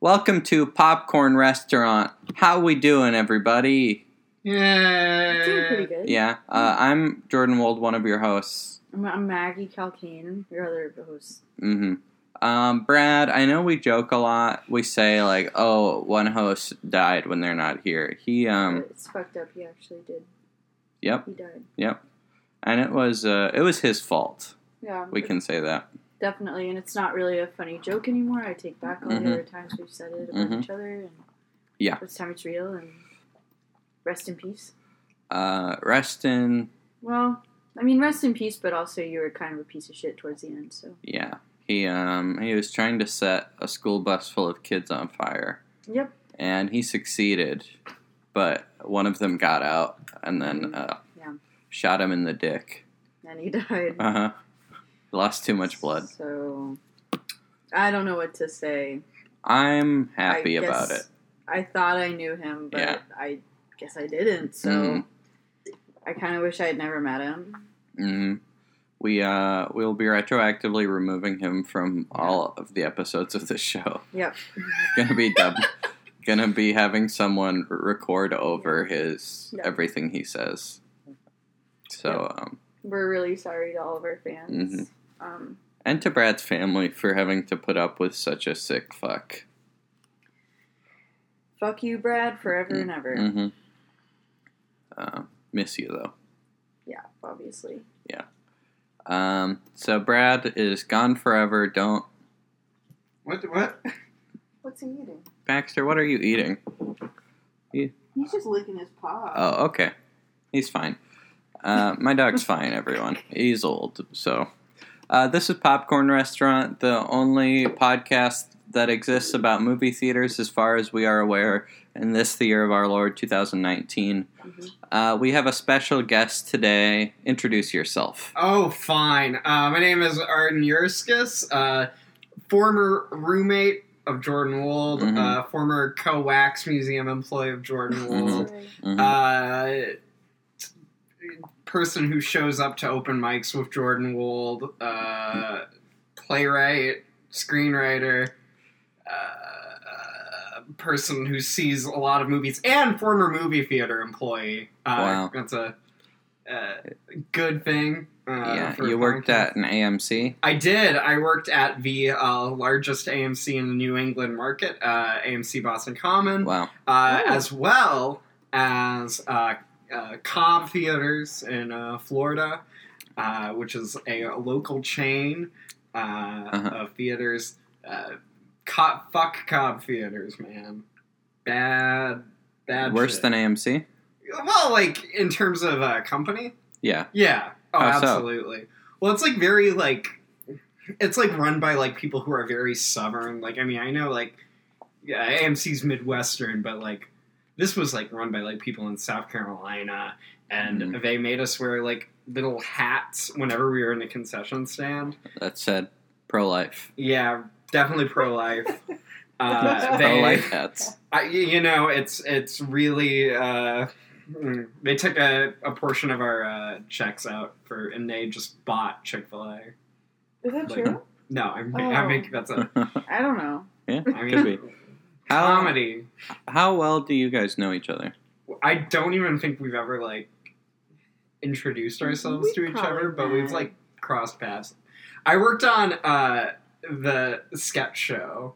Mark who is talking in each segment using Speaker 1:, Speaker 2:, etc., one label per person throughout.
Speaker 1: Welcome to Popcorn Restaurant. How we doing, everybody?
Speaker 2: Doing pretty
Speaker 3: Yeah.
Speaker 2: good.
Speaker 1: Yeah, uh, I'm Jordan Wold, one of your hosts.
Speaker 2: I'm, I'm Maggie Calcane, your other host.
Speaker 1: hmm Um, Brad, I know we joke a lot. We say like, "Oh, one host died when they're not here." He, um,
Speaker 2: But it's fucked up. He actually did.
Speaker 1: yep,
Speaker 2: He died.
Speaker 1: yep, and it was uh, it was his fault.
Speaker 2: Yeah.
Speaker 1: We can say that.
Speaker 2: Definitely, and it's not really a funny joke anymore. I take back all
Speaker 1: Mhm.
Speaker 2: the other times we've said it about
Speaker 1: Mhm.
Speaker 2: each other, and
Speaker 1: Yeah.
Speaker 2: this time it's real. And rest in peace.
Speaker 1: Uh, Reston,
Speaker 2: Well, I mean, rest in peace, but also you were kind of a piece of shit towards the end. So,
Speaker 1: yeah, he um he was trying to set a school bus full of kids on fire.
Speaker 2: yep,
Speaker 1: and he succeeded, but one of them got out and then uh,
Speaker 2: Mm-hmm. Yeah.
Speaker 1: shot him in the dick.
Speaker 2: and he died.
Speaker 1: Uh huh. Lost too much blood.
Speaker 2: So, I don't know what to say.
Speaker 1: I'm
Speaker 2: I
Speaker 1: happy
Speaker 2: guess
Speaker 1: about it.
Speaker 2: I thought I knew him, but
Speaker 1: Yeah.
Speaker 2: I guess I didn't. So,
Speaker 1: Mhm.
Speaker 2: I kind of wish I had never met him.
Speaker 1: hmm We uh we'll be retroactively removing him from all of the episodes of the show.
Speaker 2: Yep.
Speaker 1: gonna be dub. gonna be having someone record over his
Speaker 2: Yeah.
Speaker 1: everything he says. So um,
Speaker 2: We're really sorry to all of our fans.
Speaker 1: Mm-hmm.
Speaker 2: Um,
Speaker 1: and to Brad's family for having to put up with such a sick fuck.
Speaker 2: fuck you, Brad, forever and ever.
Speaker 1: Mm-hmm. Uh, miss you though.
Speaker 2: Yeah, obviously.
Speaker 1: Um, so Brad is gone forever. Don't
Speaker 3: What? the- What?
Speaker 2: What's he eating?
Speaker 1: Baxter. What are you eating?
Speaker 2: He's just licking his paw.
Speaker 1: Oh, okay. He's fine. Uh, my dog's fine. Everyone. He's old. So uh, this is Popcorn Restaurant, the only podcast that exists about movie theaters, as far as we are aware, in this the year of our Lord 2019.
Speaker 3: Mm-hmm.
Speaker 2: Mhm.
Speaker 1: Uh, we have a special guest today. Introduce yourself.
Speaker 3: Oh, fine. Uh, my name is Arden Yurskis, uh, former roommate of Jordan Wold,
Speaker 1: Mhm.
Speaker 3: uh, former co wax museum employee of Jordan
Speaker 2: Mm-hmm.
Speaker 3: Wold,
Speaker 1: Mhm. Mhm.
Speaker 3: uh, person who shows up to open mics with Jordan Wold, uh, playwright, screenwriter, uh, person who sees a lot of movies, and former movie theater employee. Uh,
Speaker 1: Wow.
Speaker 3: That's a uh, good thing. Uh,
Speaker 1: yeah,
Speaker 3: for
Speaker 1: you worked
Speaker 3: podcasts.
Speaker 1: at an AMC.
Speaker 3: I did. I worked at the uh, largest AMC in the New England market, uh, AMC Boston Common
Speaker 1: Wow.
Speaker 3: uh,
Speaker 2: Oh.
Speaker 3: as well as uh, uh, Cobb Theaters in uh, Florida, uh, which is a local chain uh,
Speaker 1: Uh-huh.
Speaker 3: of theaters. Uh, Cobb, fuck Cobb Theaters, man. Bad, bad.
Speaker 1: Worse
Speaker 3: shit.
Speaker 1: than AMC?
Speaker 3: well, like in terms of uh, company.
Speaker 1: Yeah.
Speaker 3: Yeah. Oh,
Speaker 1: How so?
Speaker 3: absolutely. Well, it's like very like it's like run by like people who are very southern. Like I mean, I know like yeah, AMC's Midwestern, but like this was like run by like people in South Carolina and
Speaker 1: Mhm.
Speaker 3: they made us wear like little hats whenever we were in the concession stand.
Speaker 1: That said, pro life.
Speaker 3: Yeah, definitely pro life. Uh,
Speaker 1: pro
Speaker 3: they,
Speaker 1: life hats.
Speaker 3: I, y- you know, it's it's really uh, mm, they took a, a portion of our uh, checks out for, and they just bought Chick Fil A.
Speaker 2: Is that
Speaker 3: Like-
Speaker 2: true?
Speaker 3: No, I'm
Speaker 2: Oh.
Speaker 3: I think that's a
Speaker 2: I don't know.
Speaker 3: I
Speaker 1: Could
Speaker 3: mean
Speaker 1: be. How,
Speaker 3: comedy.
Speaker 1: how well do you guys know each other?
Speaker 3: I don't even think we've ever like introduced ourselves
Speaker 2: We
Speaker 3: to each other,
Speaker 2: probably
Speaker 3: but we've
Speaker 2: met.
Speaker 3: like crossed paths. I worked on uh, the sketch show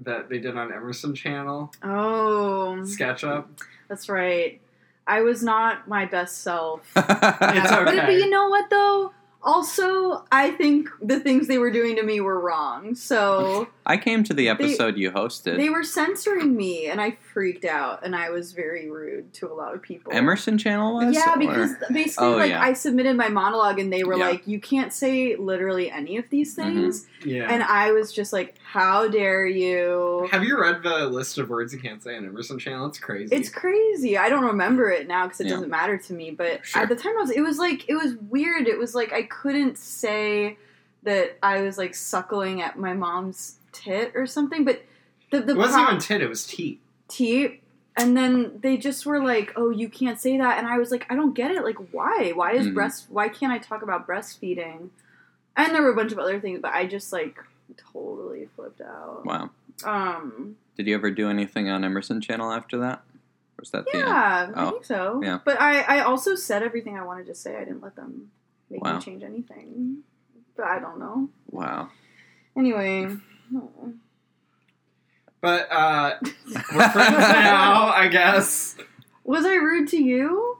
Speaker 3: that they did on Emerson Channel,
Speaker 2: Oh,
Speaker 3: Sketch Up.
Speaker 2: that's right. I was not my best self.
Speaker 3: It's
Speaker 2: But- But,
Speaker 3: okay.
Speaker 2: you know what though? Also, I think the things they were doing to me were wrong. So
Speaker 1: I came to the episode you hosted.
Speaker 2: they were censoring me, and I freaked out, and I was very rude to a lot of people.
Speaker 1: Emerson Channel was?
Speaker 2: Yeah,
Speaker 1: Or-
Speaker 2: because basically,
Speaker 1: Oh,
Speaker 2: like,
Speaker 1: yeah.
Speaker 2: I submitted my monologue and they were
Speaker 1: Yeah. Mm-hmm.
Speaker 2: like, you can't say literally any of these things.
Speaker 3: Yeah.
Speaker 2: And I was just like, how dare you?
Speaker 3: Have you read the list of words you can't say on Emerson Channel? It's crazy.
Speaker 2: It's crazy. I don't remember it now because it
Speaker 1: Yeah.
Speaker 2: doesn't matter to me. But
Speaker 1: Sure.
Speaker 2: at the time, I was, it was like, it was weird. It was like, I couldn't say that I was like suckling at my mom's tit or something. But the, the
Speaker 3: it wasn't
Speaker 2: pro-
Speaker 3: even tit, it was teat.
Speaker 2: tea and then they just were like oh you can't say that and i was like i don't get it like why why is
Speaker 1: Mhm.
Speaker 3: Mm.
Speaker 2: breast why can't i talk about breastfeeding and there were a bunch of other things but i just like totally flipped out
Speaker 1: Wow.
Speaker 2: Um,
Speaker 1: Did you ever do anything on Emerson Channel after that? Or was that the end?
Speaker 2: yeah, I
Speaker 1: Oh,
Speaker 2: think so.
Speaker 1: yeah.
Speaker 2: But I, I also said everything I wanted to say. I didn't let them make
Speaker 1: Wow.
Speaker 2: me change anything. But I don't know.
Speaker 1: Wow.
Speaker 2: Anyway, oh.
Speaker 3: But uh, we're friends now, I guess.
Speaker 2: was I rude to you?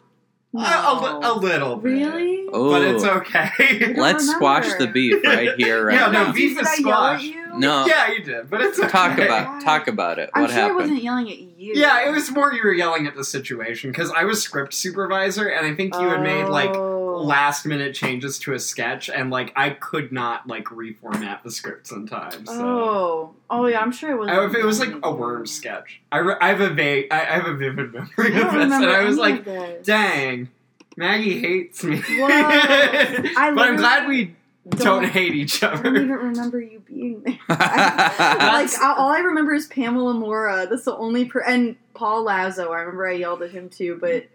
Speaker 3: Uh, A, a, a
Speaker 2: No.
Speaker 3: little bit.
Speaker 2: really?
Speaker 1: Oh,
Speaker 3: But it's okay.
Speaker 2: don't
Speaker 1: Let's squash the
Speaker 2: remember.
Speaker 1: beef right here, right
Speaker 3: Yeah, no,
Speaker 1: now.
Speaker 3: beef
Speaker 2: Did
Speaker 3: is
Speaker 2: I yell at
Speaker 3: squashed.
Speaker 2: you?
Speaker 1: No,
Speaker 3: yeah, you did. But it's okay.
Speaker 1: Uh, talk about talk about it.
Speaker 2: I'm
Speaker 1: what
Speaker 2: sure I
Speaker 1: happened?
Speaker 2: wasn't yelling at you.
Speaker 3: Yeah, it was more you were yelling at the situation because I was script supervisor, and I think you had made like
Speaker 2: Oh.
Speaker 3: last minute changes to a sketch, and like I could not like reformat the script sometimes. So.
Speaker 2: Oh, oh yeah, I'm sure it was.
Speaker 3: I, it was like a worm sketch. I, re- I have a vague, I, I have a vivid
Speaker 2: I
Speaker 3: memory
Speaker 2: don't
Speaker 3: of this, and
Speaker 2: remember
Speaker 3: I was
Speaker 2: any
Speaker 3: like,
Speaker 2: of this.
Speaker 3: dang, Maggie hates me.
Speaker 2: Whoa. I
Speaker 3: but I'm glad
Speaker 2: literally
Speaker 3: we don't, hate each
Speaker 2: I don't even
Speaker 3: other.
Speaker 2: remember you being there.
Speaker 1: I,
Speaker 2: like I- all I remember is Pamela Mora. That's the only per- and Paul Lazo. I remember I yelled at him too, but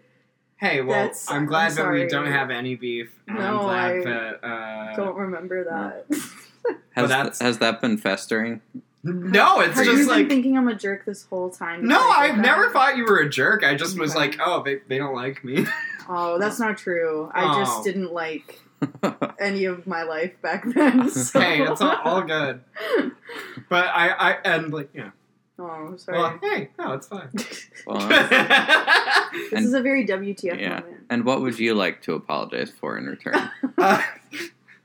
Speaker 3: Hey, well,
Speaker 2: That's-
Speaker 3: I'm glad
Speaker 2: I'm
Speaker 3: that we
Speaker 2: sorry.
Speaker 3: don't have any beef. And
Speaker 2: No,
Speaker 3: I'm glad
Speaker 2: I
Speaker 3: that. Uh,
Speaker 2: don't remember that.
Speaker 3: But
Speaker 1: has,
Speaker 3: that's-
Speaker 1: has that been festering?
Speaker 3: No, it's
Speaker 2: Have you
Speaker 3: just
Speaker 2: been
Speaker 3: like.
Speaker 2: thinking I'm a jerk this whole time.
Speaker 3: No,
Speaker 2: Like,
Speaker 3: I've
Speaker 2: okay.
Speaker 3: never thought you were a jerk. I just was
Speaker 2: Okay.
Speaker 3: like, oh, they, they don't like me.
Speaker 2: Oh, that's not true. I
Speaker 3: Oh.
Speaker 2: just didn't like any of my life back then. So.
Speaker 3: hey, it's all, all good. But I, I, and like, yeah.
Speaker 2: oh, sorry.
Speaker 3: Well, hey, no, it's fine.
Speaker 1: Well,
Speaker 2: this
Speaker 1: and-
Speaker 2: is a very WTF
Speaker 1: Yeah.
Speaker 2: moment.
Speaker 1: and what would you like to apologize for in return?
Speaker 3: Uh,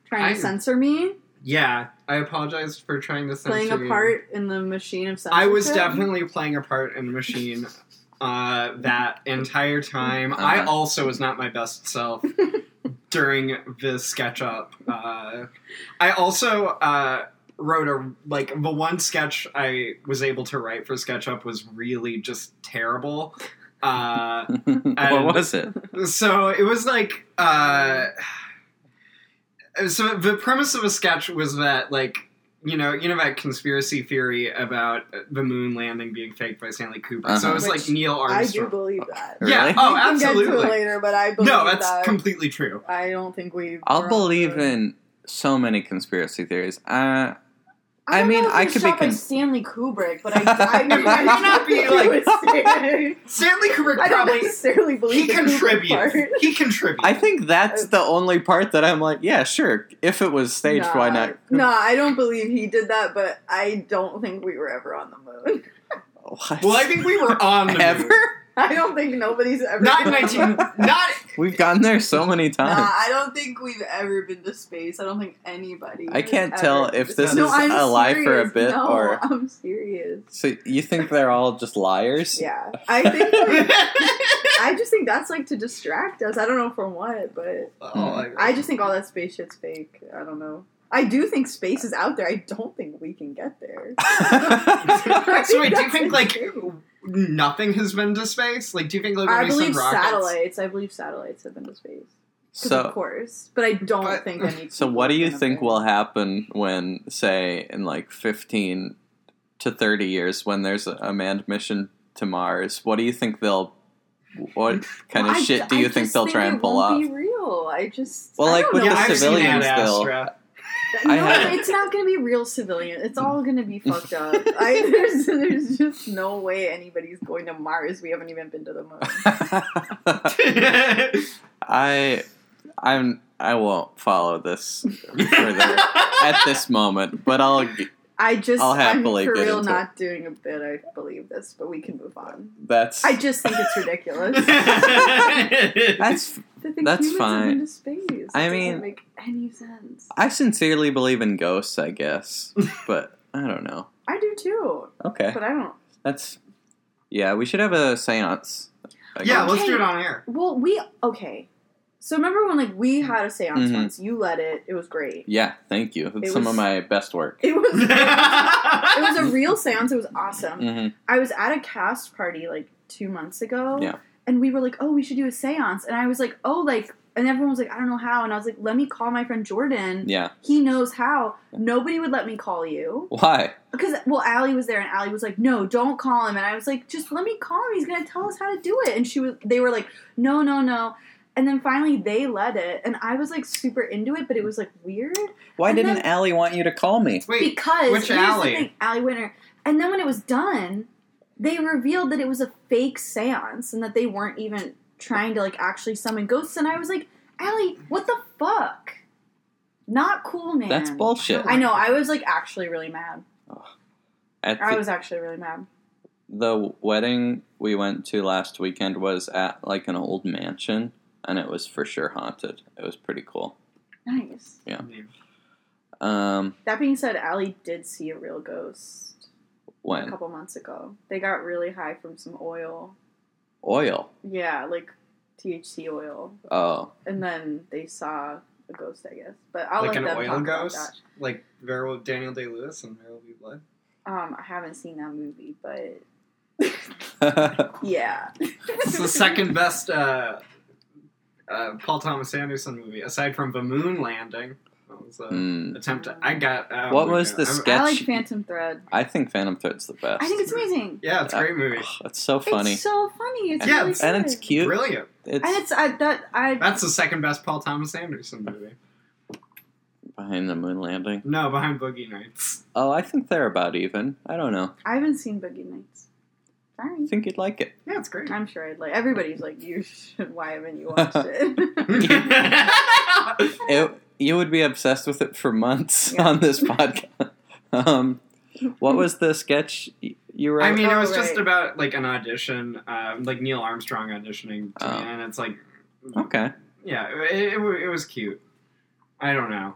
Speaker 2: Trying
Speaker 3: I-
Speaker 2: to censor me,
Speaker 3: yeah, I apologize for trying to censor
Speaker 2: playing a
Speaker 3: you.
Speaker 2: part in the machine of censorship.
Speaker 3: I was definitely playing a part in the machine uh, that entire time. I
Speaker 1: Uh-huh.
Speaker 3: also was not my best self during the sketch up. Uh, I also uh, wrote a like the one sketch I was able to write for sketch up was really just terrible. Uh,
Speaker 1: what was it?
Speaker 3: so it was like uh so the premise of a sketch was that like you know you know that conspiracy theory about the moon landing being faked by stanley kubrick so it
Speaker 1: Uh-huh.
Speaker 3: was like
Speaker 2: Which
Speaker 3: neil
Speaker 2: I do
Speaker 3: armstrong
Speaker 2: believe that.
Speaker 1: Really?
Speaker 3: yeah
Speaker 1: We
Speaker 3: oh
Speaker 2: we can get to it
Speaker 3: absolutely
Speaker 2: later, but I believe
Speaker 3: no that's
Speaker 2: that.
Speaker 3: completely true
Speaker 2: I don't think we.
Speaker 1: I'll
Speaker 2: we're on
Speaker 1: believe
Speaker 2: the-
Speaker 1: in so many conspiracy theories. Uh, I
Speaker 2: don't
Speaker 1: mean,
Speaker 2: know if
Speaker 1: I
Speaker 2: it's
Speaker 1: could
Speaker 2: shot
Speaker 1: be
Speaker 2: by
Speaker 1: con-
Speaker 2: Stanley Kubrick, but I, I, mean, I
Speaker 3: It may not be,
Speaker 2: think it was-
Speaker 3: stanley kubrick
Speaker 2: I don't
Speaker 3: probably
Speaker 2: necessarily believe
Speaker 3: he
Speaker 2: the Kubrick part.
Speaker 3: contributed he contributed
Speaker 1: I think
Speaker 2: Uh,
Speaker 1: that's the only part that I'm like, yeah, sure. If it was staged,
Speaker 2: Nah.
Speaker 1: why not?
Speaker 2: No, I don't believe he did that, but I don't think we were ever on the moon.
Speaker 1: What?
Speaker 3: well i think we were on the
Speaker 1: ever?
Speaker 3: moon.
Speaker 2: I don't think nobody's ever.
Speaker 3: not
Speaker 2: been on the
Speaker 3: 19
Speaker 2: moon.
Speaker 3: not
Speaker 1: We've gone there so many
Speaker 2: Nah,
Speaker 1: times.
Speaker 2: I don't think we've ever been to space. I don't think anybody.
Speaker 1: I can't
Speaker 2: has
Speaker 1: tell
Speaker 2: ever-
Speaker 1: if this
Speaker 2: No,
Speaker 1: is
Speaker 2: I'm
Speaker 1: a lie for a
Speaker 2: serious.
Speaker 1: bit
Speaker 2: No,
Speaker 1: or-
Speaker 2: I'm serious.
Speaker 1: So you think they're all just liars?
Speaker 2: Yeah, I think like, I just think that's like to distract us. I don't know from what, but
Speaker 3: Oh,
Speaker 2: I just think all that space shit's fake. I don't know. I do think space is out there. I don't think we can get there.
Speaker 3: so wait, do you
Speaker 2: That's
Speaker 3: think like
Speaker 2: insane.
Speaker 3: nothing has been to space? Like, do you think like when
Speaker 2: I
Speaker 3: we send
Speaker 2: believe
Speaker 3: rockets?
Speaker 2: satellites. I believe satellites have been to space. 'Cause of
Speaker 1: So
Speaker 2: course, but I don't
Speaker 3: But-
Speaker 2: think any.
Speaker 1: so
Speaker 2: people
Speaker 1: what do
Speaker 2: have
Speaker 1: you
Speaker 2: been up
Speaker 1: think
Speaker 2: there.
Speaker 1: will happen when say in like 15 to 30 years when there's a manned mission to Mars? What do you think they'll what kind
Speaker 2: Well,
Speaker 1: of
Speaker 2: I-
Speaker 1: shit do
Speaker 2: I
Speaker 1: you
Speaker 2: just
Speaker 1: think they'll try
Speaker 2: it
Speaker 1: and pull
Speaker 2: won't
Speaker 1: off?
Speaker 2: Be real. I just.
Speaker 1: Well,
Speaker 2: I
Speaker 1: like
Speaker 2: don't
Speaker 1: with
Speaker 2: know.
Speaker 3: Yeah,
Speaker 1: the
Speaker 3: I've
Speaker 1: civilians,
Speaker 3: seen Ad
Speaker 1: they'll-
Speaker 3: Astra.
Speaker 2: No,
Speaker 1: I had-
Speaker 2: it's not going to be real civilian. It's all going to be fucked up. I, there's, there's just no way anybody's going to Mars. We haven't even been to the moon.
Speaker 1: I I'm I won't follow this further at this moment, but I'll
Speaker 2: I just,
Speaker 1: I'll
Speaker 2: I'm
Speaker 1: happily
Speaker 2: for
Speaker 1: get
Speaker 2: real
Speaker 1: into
Speaker 2: not doing a bit. I believe this, but we can move on.
Speaker 1: that's
Speaker 2: I just think it's ridiculous.
Speaker 1: that's
Speaker 2: To think
Speaker 1: That's
Speaker 2: humans have
Speaker 1: fine.
Speaker 2: been to space. It
Speaker 1: I
Speaker 2: doesn't
Speaker 1: mean-
Speaker 2: make any sense.
Speaker 1: I sincerely believe in ghosts, I guess, but I don't know.
Speaker 2: I do too,
Speaker 1: Okay.
Speaker 2: but I don't.
Speaker 1: That's yeah. We should have a séance. I
Speaker 3: yeah,
Speaker 1: guess.
Speaker 3: let's do it on air.
Speaker 2: Well, we okay. So remember when like we had a seance
Speaker 1: Mhm.
Speaker 2: once? You led it. It was great.
Speaker 1: yeah. Thank you. That's
Speaker 2: It
Speaker 1: some
Speaker 2: was-
Speaker 1: of my best work.
Speaker 2: It was. It
Speaker 3: it
Speaker 2: was a real seance. It was awesome.
Speaker 1: hmm
Speaker 2: I was at a cast party like two months ago.
Speaker 1: Yeah.
Speaker 2: And we were like, oh, we should do a seance. And I was like, oh, like, and everyone was like, I don't know how. And I was like, let me call my friend Jordan.
Speaker 1: Yeah.
Speaker 2: He knows how. Nobody would let me call you.
Speaker 1: Why?
Speaker 2: Because, well, Allie was there and Allie was like, no, don't call him. And I was like, just let me call him. He's going to tell us how to do it. And she was, they were like, no, no, no. And then finally they led it. And I was like super into it, but it was like weird.
Speaker 1: Why
Speaker 2: And
Speaker 1: didn't
Speaker 2: then-
Speaker 1: Allie want you to call me?
Speaker 3: Wait,
Speaker 2: because
Speaker 3: which
Speaker 2: here's
Speaker 3: Allie?
Speaker 2: the thing, Allie Winter. And then when it was done, they revealed that it was a fake seance and that they weren't even trying to like actually summon ghosts. And I was like, Allie, what the fuck? Not cool, man.
Speaker 1: That's bullshit.
Speaker 2: I know. I was like actually really mad.
Speaker 1: At
Speaker 2: I
Speaker 1: the,
Speaker 2: was actually really mad.
Speaker 1: the wedding we went to last weekend was at like an old mansion, and it was for sure haunted. It was pretty cool.
Speaker 2: Nice.
Speaker 1: Um,
Speaker 2: That being said, Allie did see a real ghost a
Speaker 1: when
Speaker 2: couple months ago. They got really high from some oil.
Speaker 1: oil.
Speaker 2: Yeah, like THC oil.
Speaker 1: Oh,
Speaker 2: And then they saw a ghost, I guess. But I'll
Speaker 3: like
Speaker 2: let
Speaker 3: an
Speaker 2: them
Speaker 3: oil
Speaker 2: talk about
Speaker 3: ghost, like there will Daniel Day Lewis and there will be blood.
Speaker 2: that. Um, I haven't seen that movie, but
Speaker 1: I
Speaker 2: yeah.
Speaker 3: It's the second best uh, uh, Paul Thomas Anderson movie, aside from The Moon Landing. That was a
Speaker 1: Mm.
Speaker 3: attempt. To, I got. oh
Speaker 1: What
Speaker 3: my
Speaker 1: was
Speaker 3: God.
Speaker 1: the
Speaker 3: I'm-
Speaker 1: sketch?
Speaker 2: I like Phantom Thread.
Speaker 1: think Phantom Thread's the best.
Speaker 2: I think it's amazing.
Speaker 3: Yeah, it's a great movie.
Speaker 1: Ugh, it's so funny,
Speaker 2: It's so funny. It's
Speaker 3: Yeah,
Speaker 2: really
Speaker 1: and it's
Speaker 2: good.
Speaker 1: cute.
Speaker 3: Brilliant.
Speaker 1: It's
Speaker 2: And it's I that I
Speaker 3: That's the second best Paul Thomas Anderson movie.
Speaker 1: behind the moon landing.
Speaker 3: No, behind Boogie Nights.
Speaker 1: Oh, I think they're about even. I don't know.
Speaker 2: I haven't seen Boogie Nights.
Speaker 1: I
Speaker 2: Sorry.
Speaker 1: think you'd like it.
Speaker 3: Yeah, it's great.
Speaker 2: I'm sure I'd like everybody's like you should why haven't you watched it?
Speaker 1: it you would be obsessed with it for months
Speaker 2: Yeah.
Speaker 1: on this podcast. um, what was the sketch y- you wrote?
Speaker 3: I mean, it
Speaker 2: Oh,
Speaker 3: was just
Speaker 2: right.
Speaker 3: about like an audition, um, like Neil Armstrong auditioning, to
Speaker 1: Oh.
Speaker 3: me, and it's like,
Speaker 1: okay,
Speaker 3: yeah, it, it, wa- it was cute. I don't know.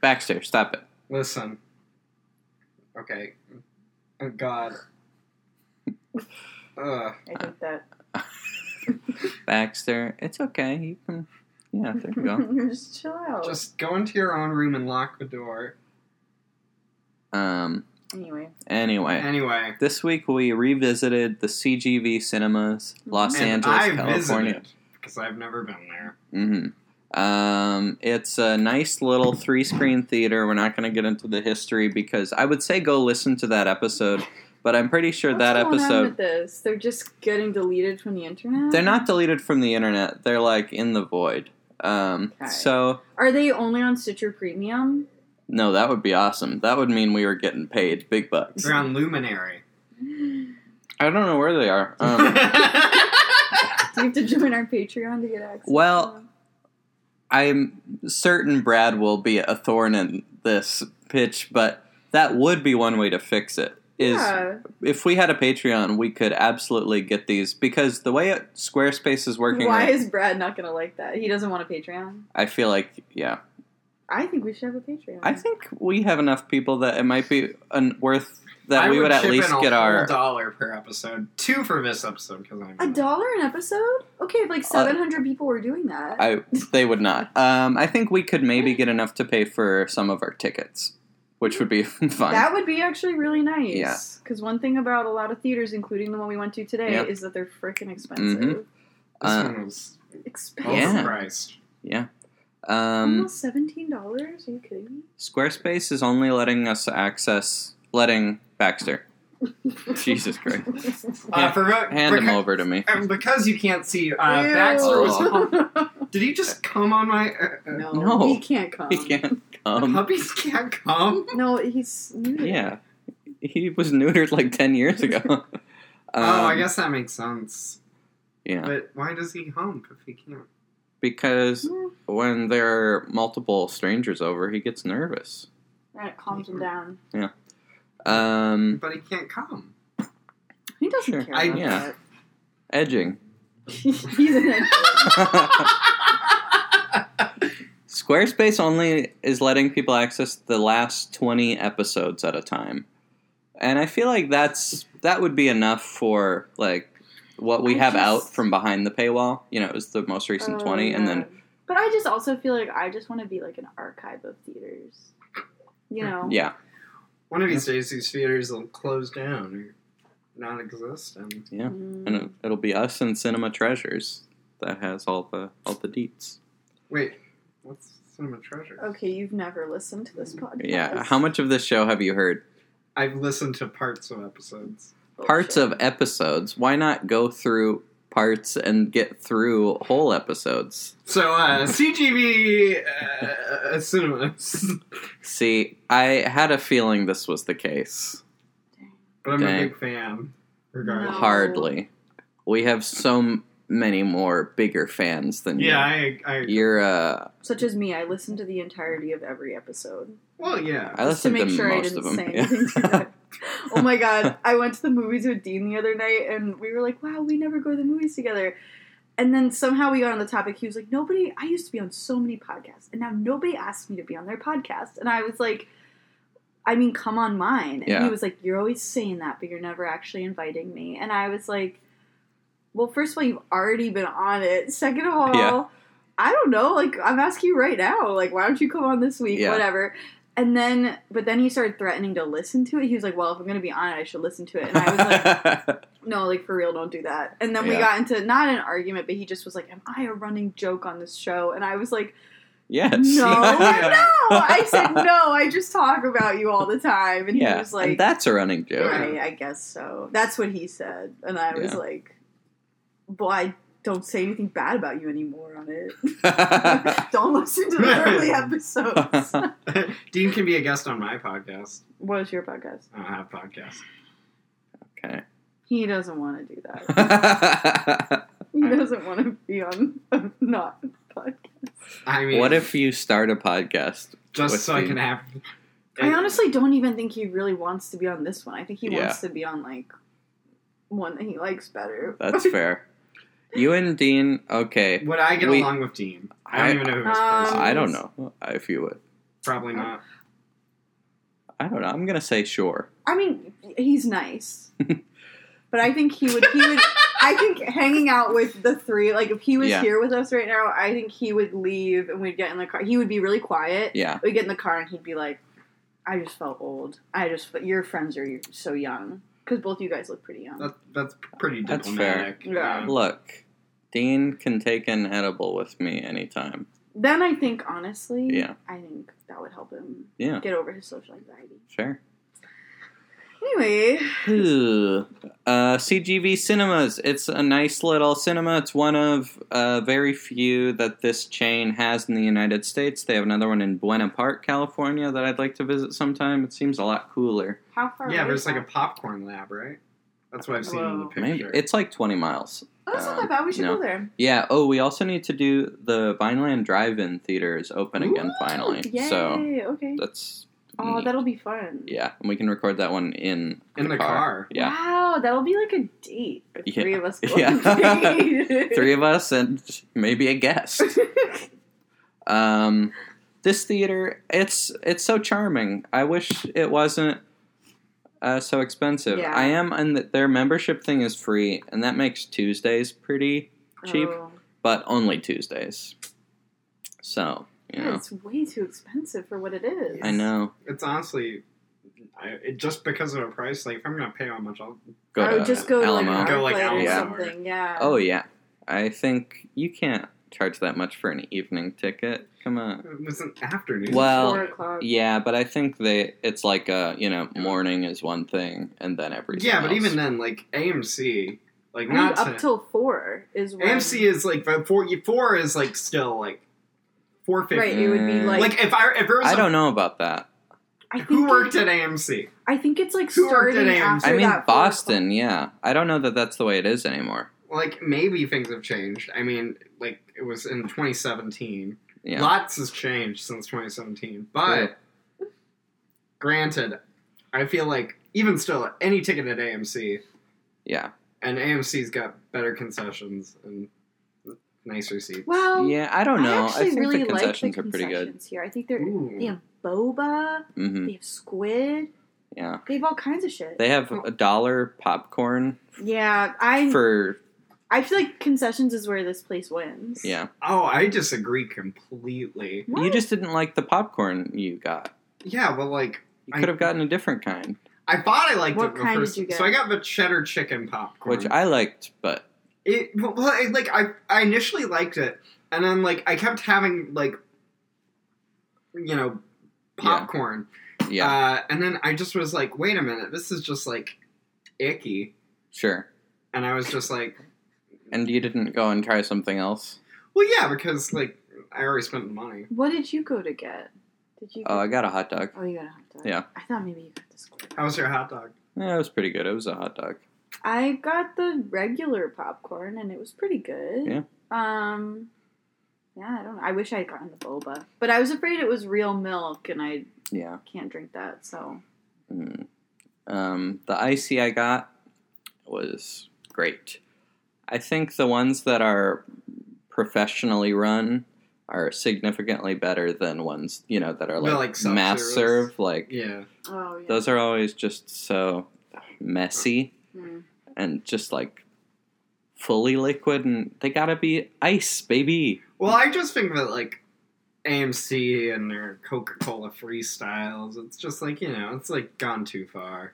Speaker 1: Baxter, stop it.
Speaker 3: Listen, okay, oh, God, Ugh.
Speaker 2: I think that
Speaker 1: Baxter, it's okay. You can, yeah, there you go.
Speaker 2: just chill out.
Speaker 3: just go into your own room and lock the door.
Speaker 1: Um,
Speaker 2: anyway.
Speaker 1: anyway,
Speaker 3: Anyway,
Speaker 1: this week we revisited the CGV cinemas, Los
Speaker 2: Los
Speaker 3: and
Speaker 1: Angeles,
Speaker 3: I
Speaker 1: California.
Speaker 3: visited because I've never been there.
Speaker 1: hmm Um, it's a nice little three screen theater. We're not going to get into the history because I would say go listen to that episode, but I'm pretty sure
Speaker 2: What's
Speaker 1: that
Speaker 2: going on
Speaker 1: episode
Speaker 2: with this? They're just getting deleted from the internet.
Speaker 1: They're not deleted from the internet. They're like in the void. Um,
Speaker 2: Okay.
Speaker 1: So
Speaker 2: Are they only on Stitcher Premium?
Speaker 1: no, that would be awesome. That would mean we were getting paid big bucks.
Speaker 3: They're on Luminary.
Speaker 1: I don't know where they are. Um,
Speaker 2: Do you have to join our Patreon to get access?
Speaker 1: Well,
Speaker 2: to them?
Speaker 1: I'm certain Brad will be a thorn in this pitch, but that would be one way to fix it. Is
Speaker 2: yeah.
Speaker 1: if we had a Patreon, we could absolutely get these because the way it, Squarespace is working,
Speaker 2: why
Speaker 1: right-
Speaker 2: is Brad not gonna like that? He doesn't want a Patreon.
Speaker 1: I feel like yeah,
Speaker 2: I think we should have a Patreon.
Speaker 1: I think we have enough people that it might be un- worth that
Speaker 3: I
Speaker 1: we would at
Speaker 3: chip
Speaker 1: least
Speaker 3: in a
Speaker 1: get
Speaker 3: whole
Speaker 1: our
Speaker 3: dollar per episode, two for this episode because I'm
Speaker 2: a dollar an episode. Okay, if like seven hundred people were doing that.
Speaker 1: Uh, I they would not. Um, I think we could maybe get enough to pay for some of our tickets, which would be fun.
Speaker 2: That would be actually really nice.
Speaker 1: Yeah.
Speaker 2: Because one thing about a lot of theaters, including the one we went to today,
Speaker 1: Yeah.
Speaker 2: is that they're freaking expensive.
Speaker 3: This
Speaker 1: Uh,
Speaker 3: one was
Speaker 2: Expensive.
Speaker 1: Yeah.
Speaker 3: overpriced.
Speaker 1: um,
Speaker 2: Almost seventeen dollars? Are you kidding me?
Speaker 1: Squarespace is only letting us access letting Baxter. Jesus Christ,
Speaker 3: Uh, for,
Speaker 1: hand
Speaker 3: for-
Speaker 1: him over to me. Oh.
Speaker 3: um, because you can't see, uh, Baxter was. Did he just come on my? Uh, uh,
Speaker 2: no,
Speaker 1: No.
Speaker 2: he can't come.
Speaker 1: He can't come.
Speaker 3: Puppies can't
Speaker 1: um,
Speaker 3: come.
Speaker 2: No, he's neutered.
Speaker 1: Yeah, he was neutered like ten years ago.
Speaker 3: oh, I
Speaker 1: Um,
Speaker 3: guess that makes sense.
Speaker 1: Yeah,
Speaker 3: But why does he hump if he can't?
Speaker 1: because
Speaker 2: Yeah.
Speaker 1: when there are multiple strangers over, he gets nervous.
Speaker 2: That calms him down.
Speaker 1: Um,
Speaker 3: But he can't come.
Speaker 2: He doesn't
Speaker 1: Sure.
Speaker 2: care.
Speaker 3: I-
Speaker 2: about
Speaker 1: yeah. edging.
Speaker 2: that. he's an
Speaker 1: Squarespace only is letting people access the last 20 episodes at a time. And I feel like that's that would be enough for like what we
Speaker 2: I
Speaker 1: have
Speaker 2: just-
Speaker 1: out from behind the paywall. You know, it was the most recent
Speaker 2: Oh,
Speaker 1: 20 and then
Speaker 2: yeah. But I just also feel like I just want to be like an archive of theaters. You know?
Speaker 1: yeah,
Speaker 3: One of these days, these theaters will close down or not exist. And
Speaker 1: yeah.
Speaker 2: Mm.
Speaker 1: And uh, it, it'll be us and Cinema Treasures that has all the all the deets.
Speaker 3: wait, what's Cinema Treasure?
Speaker 2: Okay, you've never listened to this podcast.
Speaker 1: Yeah, how much of this show have you heard?
Speaker 3: I've listened to parts of episodes.
Speaker 2: Oh,
Speaker 1: Parts of episodes. Why not go through parts and get through whole episodes?
Speaker 3: So uh, CGV uh, uh, cinemas.
Speaker 1: See, I had a feeling this was the case.
Speaker 3: but I'm a
Speaker 1: Dang.
Speaker 3: big fan. Regardless.
Speaker 2: No.
Speaker 1: Hardly. We have so m- many more bigger fans than
Speaker 3: Yeah, I, I.
Speaker 1: you. You're uh,
Speaker 2: Such as me, I listened to the entirety of every episode
Speaker 3: Well, yeah.
Speaker 1: I
Speaker 2: just to
Speaker 1: listened to,
Speaker 2: make sure I
Speaker 1: most
Speaker 2: didn't
Speaker 1: of them.
Speaker 2: say
Speaker 1: Yeah.
Speaker 2: anything. too bad. oh my god, I went to the movies with Dean the other night, and we were like, "Wow, we never go to the movies together." And then somehow we got on the topic. He was like, "Nobody. I used to be on so many podcasts, and now nobody asks me to be on their podcast." And I was like, "I mean, come on mine." And
Speaker 1: Yeah.
Speaker 2: he was like, "You're always saying that, but you're never actually inviting me." And I was like, "Well, first of all, you've already been on it. Second of all."
Speaker 1: Yeah.
Speaker 2: I don't know. Like, I'm asking you right now. Like, why don't you come on this week?
Speaker 1: Yeah.
Speaker 2: Whatever. And then, but then he started threatening to listen to it. He was like, "Well, if I'm going to be on it, I should listen to it." And I was like, "No, like for real, don't do that." And then we
Speaker 1: Yeah.
Speaker 2: got into not an argument, but he just was like, "Am I a running joke on this show?" And I was like,
Speaker 1: yes.
Speaker 2: "No,
Speaker 3: Yeah.
Speaker 2: no." I said, "No, I just talk about you all the time." And he
Speaker 1: yeah.
Speaker 2: was like,
Speaker 1: and that's a running joke.
Speaker 2: "Right, I guess so." That's what he said, and I was
Speaker 1: Yeah.
Speaker 2: like, "Well, I don't say anything bad about you anymore on it." Don't listen to the early episodes.
Speaker 3: Dean can be a guest on my podcast.
Speaker 2: what is your podcast?
Speaker 3: I don't have podcasts.
Speaker 1: okay.
Speaker 2: He doesn't want to do that. He doesn't want to be on not a podcast.
Speaker 3: I mean,
Speaker 1: what if you start a podcast?
Speaker 3: just
Speaker 1: with
Speaker 3: so I
Speaker 1: Dean?
Speaker 3: can have?
Speaker 2: I honestly don't even think he really wants to be on this one. I think he
Speaker 1: Yeah.
Speaker 2: wants to be on like one that he likes better.
Speaker 1: That's fair. You and Dean, okay.
Speaker 3: Would I get
Speaker 1: We-
Speaker 3: along with Dean? I don't
Speaker 1: I-
Speaker 3: even know who his
Speaker 2: Um,
Speaker 3: person.
Speaker 1: I don't know if you would.
Speaker 3: Probably not.
Speaker 1: I don't know. I'm gonna say sure.
Speaker 2: I mean, he's nice. But I think he would. He would. I think hanging out with the three, like if he was
Speaker 1: Yeah.
Speaker 2: here with us right now, I think he would leave and we'd get in the car. He would be really quiet.
Speaker 1: Yeah.
Speaker 2: We'd get in the car and he'd be like, I just felt old. I just, but your friends are so young. Because both you guys look pretty young.
Speaker 3: That, that's pretty
Speaker 1: That's
Speaker 3: diplomatic.
Speaker 2: fair. Yeah.
Speaker 1: Look, Dean can take an edible with me anytime.
Speaker 2: then I think, honestly,
Speaker 1: Yeah.
Speaker 2: I think that would help him
Speaker 1: Yeah.
Speaker 2: get over his social anxiety.
Speaker 1: Sure.
Speaker 2: Anyway,
Speaker 1: Ooh. uh, CGV Cinemas. It's a nice little cinema. It's one of uh, very few that this chain has in the United States. They have another one in Buena Park, California, that I'd like to visit sometime. It seems a lot cooler.
Speaker 2: how far?
Speaker 3: Yeah,
Speaker 2: away is
Speaker 3: there's like a
Speaker 2: that?
Speaker 3: popcorn lab, right? That's what I've seen in the
Speaker 2: Whoa.
Speaker 3: picture.
Speaker 1: Maybe it's like 20 miles.
Speaker 2: Oh, that's not
Speaker 1: um,
Speaker 2: that bad. We should
Speaker 1: no.
Speaker 2: go there.
Speaker 1: Yeah. Oh, we also need to do the Vineland Drive-In Theater is open again
Speaker 3: Ooh,
Speaker 1: finally.
Speaker 2: Yay!
Speaker 1: So
Speaker 2: okay.
Speaker 1: that's
Speaker 2: Oh,
Speaker 1: neat.
Speaker 2: that'll be fun.
Speaker 1: yeah, and we can record that one in
Speaker 3: In the car.
Speaker 1: Yeah.
Speaker 2: Wow, that'll be like a date. The
Speaker 1: Yeah.
Speaker 2: three of us. Go
Speaker 1: Yeah.
Speaker 2: on a date.
Speaker 1: three of us and maybe a guest. um, this theater, it's it's so charming. I wish it wasn't uh, so expensive.
Speaker 2: Yeah.
Speaker 1: I am, and th- their membership thing is free, and that makes Tuesdays pretty, cheap.
Speaker 2: Oh,
Speaker 1: but only Tuesdays. So you know,
Speaker 2: It's way too expensive for what it is.
Speaker 1: I know.
Speaker 3: It's honestly, I, it, just because of the price. Like, if I'm gonna pay how much, I'll
Speaker 1: Go
Speaker 2: I would
Speaker 1: to
Speaker 2: just go
Speaker 1: Alamo.
Speaker 2: to like,
Speaker 3: Go, like,
Speaker 2: Arclight or
Speaker 3: Alamo.
Speaker 2: something. Yeah.
Speaker 1: Oh yeah, I think you can't charge that much for an evening ticket. Come on.
Speaker 3: It was an afternoon.
Speaker 1: Well,
Speaker 2: Four o'clock.
Speaker 1: Yeah, but I think they it's like a you know morning is one thing and then everything.
Speaker 3: yeah, but
Speaker 1: else.
Speaker 3: even then, like AMC, like
Speaker 2: I mean,
Speaker 3: not
Speaker 2: up
Speaker 3: to,
Speaker 2: till four is when,
Speaker 3: AMC is like but four. Four is like still like four fifty.
Speaker 2: right. It would be
Speaker 1: Mm.
Speaker 2: like,
Speaker 3: Like if I if there was
Speaker 1: I
Speaker 3: a-
Speaker 1: don't know about that.
Speaker 2: I think
Speaker 3: who worked at
Speaker 2: it,
Speaker 3: AMC.
Speaker 2: I think it's like
Speaker 3: who worked at
Speaker 2: starting
Speaker 3: AMC?
Speaker 2: after
Speaker 1: I mean
Speaker 2: that four
Speaker 1: Boston, yeah. I don't know that that's the way it is anymore.
Speaker 3: Like maybe things have changed. I mean, like it was in 2017.
Speaker 1: Yeah,
Speaker 3: Lots has changed since 2017. But
Speaker 1: Yeah.
Speaker 3: granted, I feel like even still, any ticket at AMC
Speaker 1: yeah,
Speaker 3: and AMC's got better concessions and nicer seats.
Speaker 2: o'clock. Well,
Speaker 1: yeah. I don't know. I,
Speaker 2: actually
Speaker 1: think
Speaker 2: really
Speaker 1: the concessions
Speaker 2: like the
Speaker 1: are pretty good.
Speaker 2: concessions here. I think they're
Speaker 3: Ooh.
Speaker 2: they have boba,
Speaker 1: hmm
Speaker 2: they have squid,
Speaker 1: Yeah,
Speaker 2: they have all kinds of shit.
Speaker 1: they
Speaker 3: Oh.
Speaker 1: have a dollar popcorn
Speaker 2: yeah, I
Speaker 1: for
Speaker 2: I feel like concessions is where this place wins.
Speaker 1: yeah.
Speaker 3: Oh, I disagree completely.
Speaker 2: What?
Speaker 1: You just didn't like the popcorn you got.
Speaker 3: Yeah, well, like
Speaker 1: You
Speaker 3: I-
Speaker 1: could have gotten a different kind,
Speaker 3: I thought I liked
Speaker 2: What
Speaker 3: it. the
Speaker 2: kind
Speaker 3: first,
Speaker 2: did you get?
Speaker 3: So I got the cheddar chicken popcorn,
Speaker 1: which I liked, but
Speaker 3: It well, I- like I I initially liked it, and then like I kept having like, you know, popcorn.
Speaker 1: yeah,
Speaker 3: Uh, and then I just was like, wait a minute, this is just like icky,
Speaker 1: sure.
Speaker 3: and I was just like,
Speaker 1: And you didn't go and try something else.
Speaker 3: well, yeah, because like I already spent the money.
Speaker 2: What did you go to get? Did you?
Speaker 1: Oh, I
Speaker 2: get,
Speaker 1: got a hot dog.
Speaker 2: oh, you got a hot dog.
Speaker 1: Yeah.
Speaker 2: I thought maybe you got the squid.
Speaker 3: How was your hot dog?
Speaker 1: Yeah, it was pretty good. It was a hot dog.
Speaker 2: I got the regular popcorn and it was pretty good.
Speaker 1: Yeah.
Speaker 2: Um yeah, I don't know. I wish I had gotten the boba. But I was afraid it was real milk and I
Speaker 1: Yeah.
Speaker 2: can't drink that, so
Speaker 1: Mm. Um, the icy I got was great. I think the ones that are professionally run are significantly better than ones you know that are
Speaker 3: They're
Speaker 1: like,
Speaker 3: like
Speaker 1: mass
Speaker 3: self-service.
Speaker 1: serve. Like
Speaker 3: Yeah.
Speaker 2: oh yeah.
Speaker 1: those are always just so messy
Speaker 2: Mm.
Speaker 1: and just like fully liquid, and they gotta be ice, baby.
Speaker 3: Well, I just think that like AMC and their Coca Cola freestyles, it's just like you know, it's like gone too far.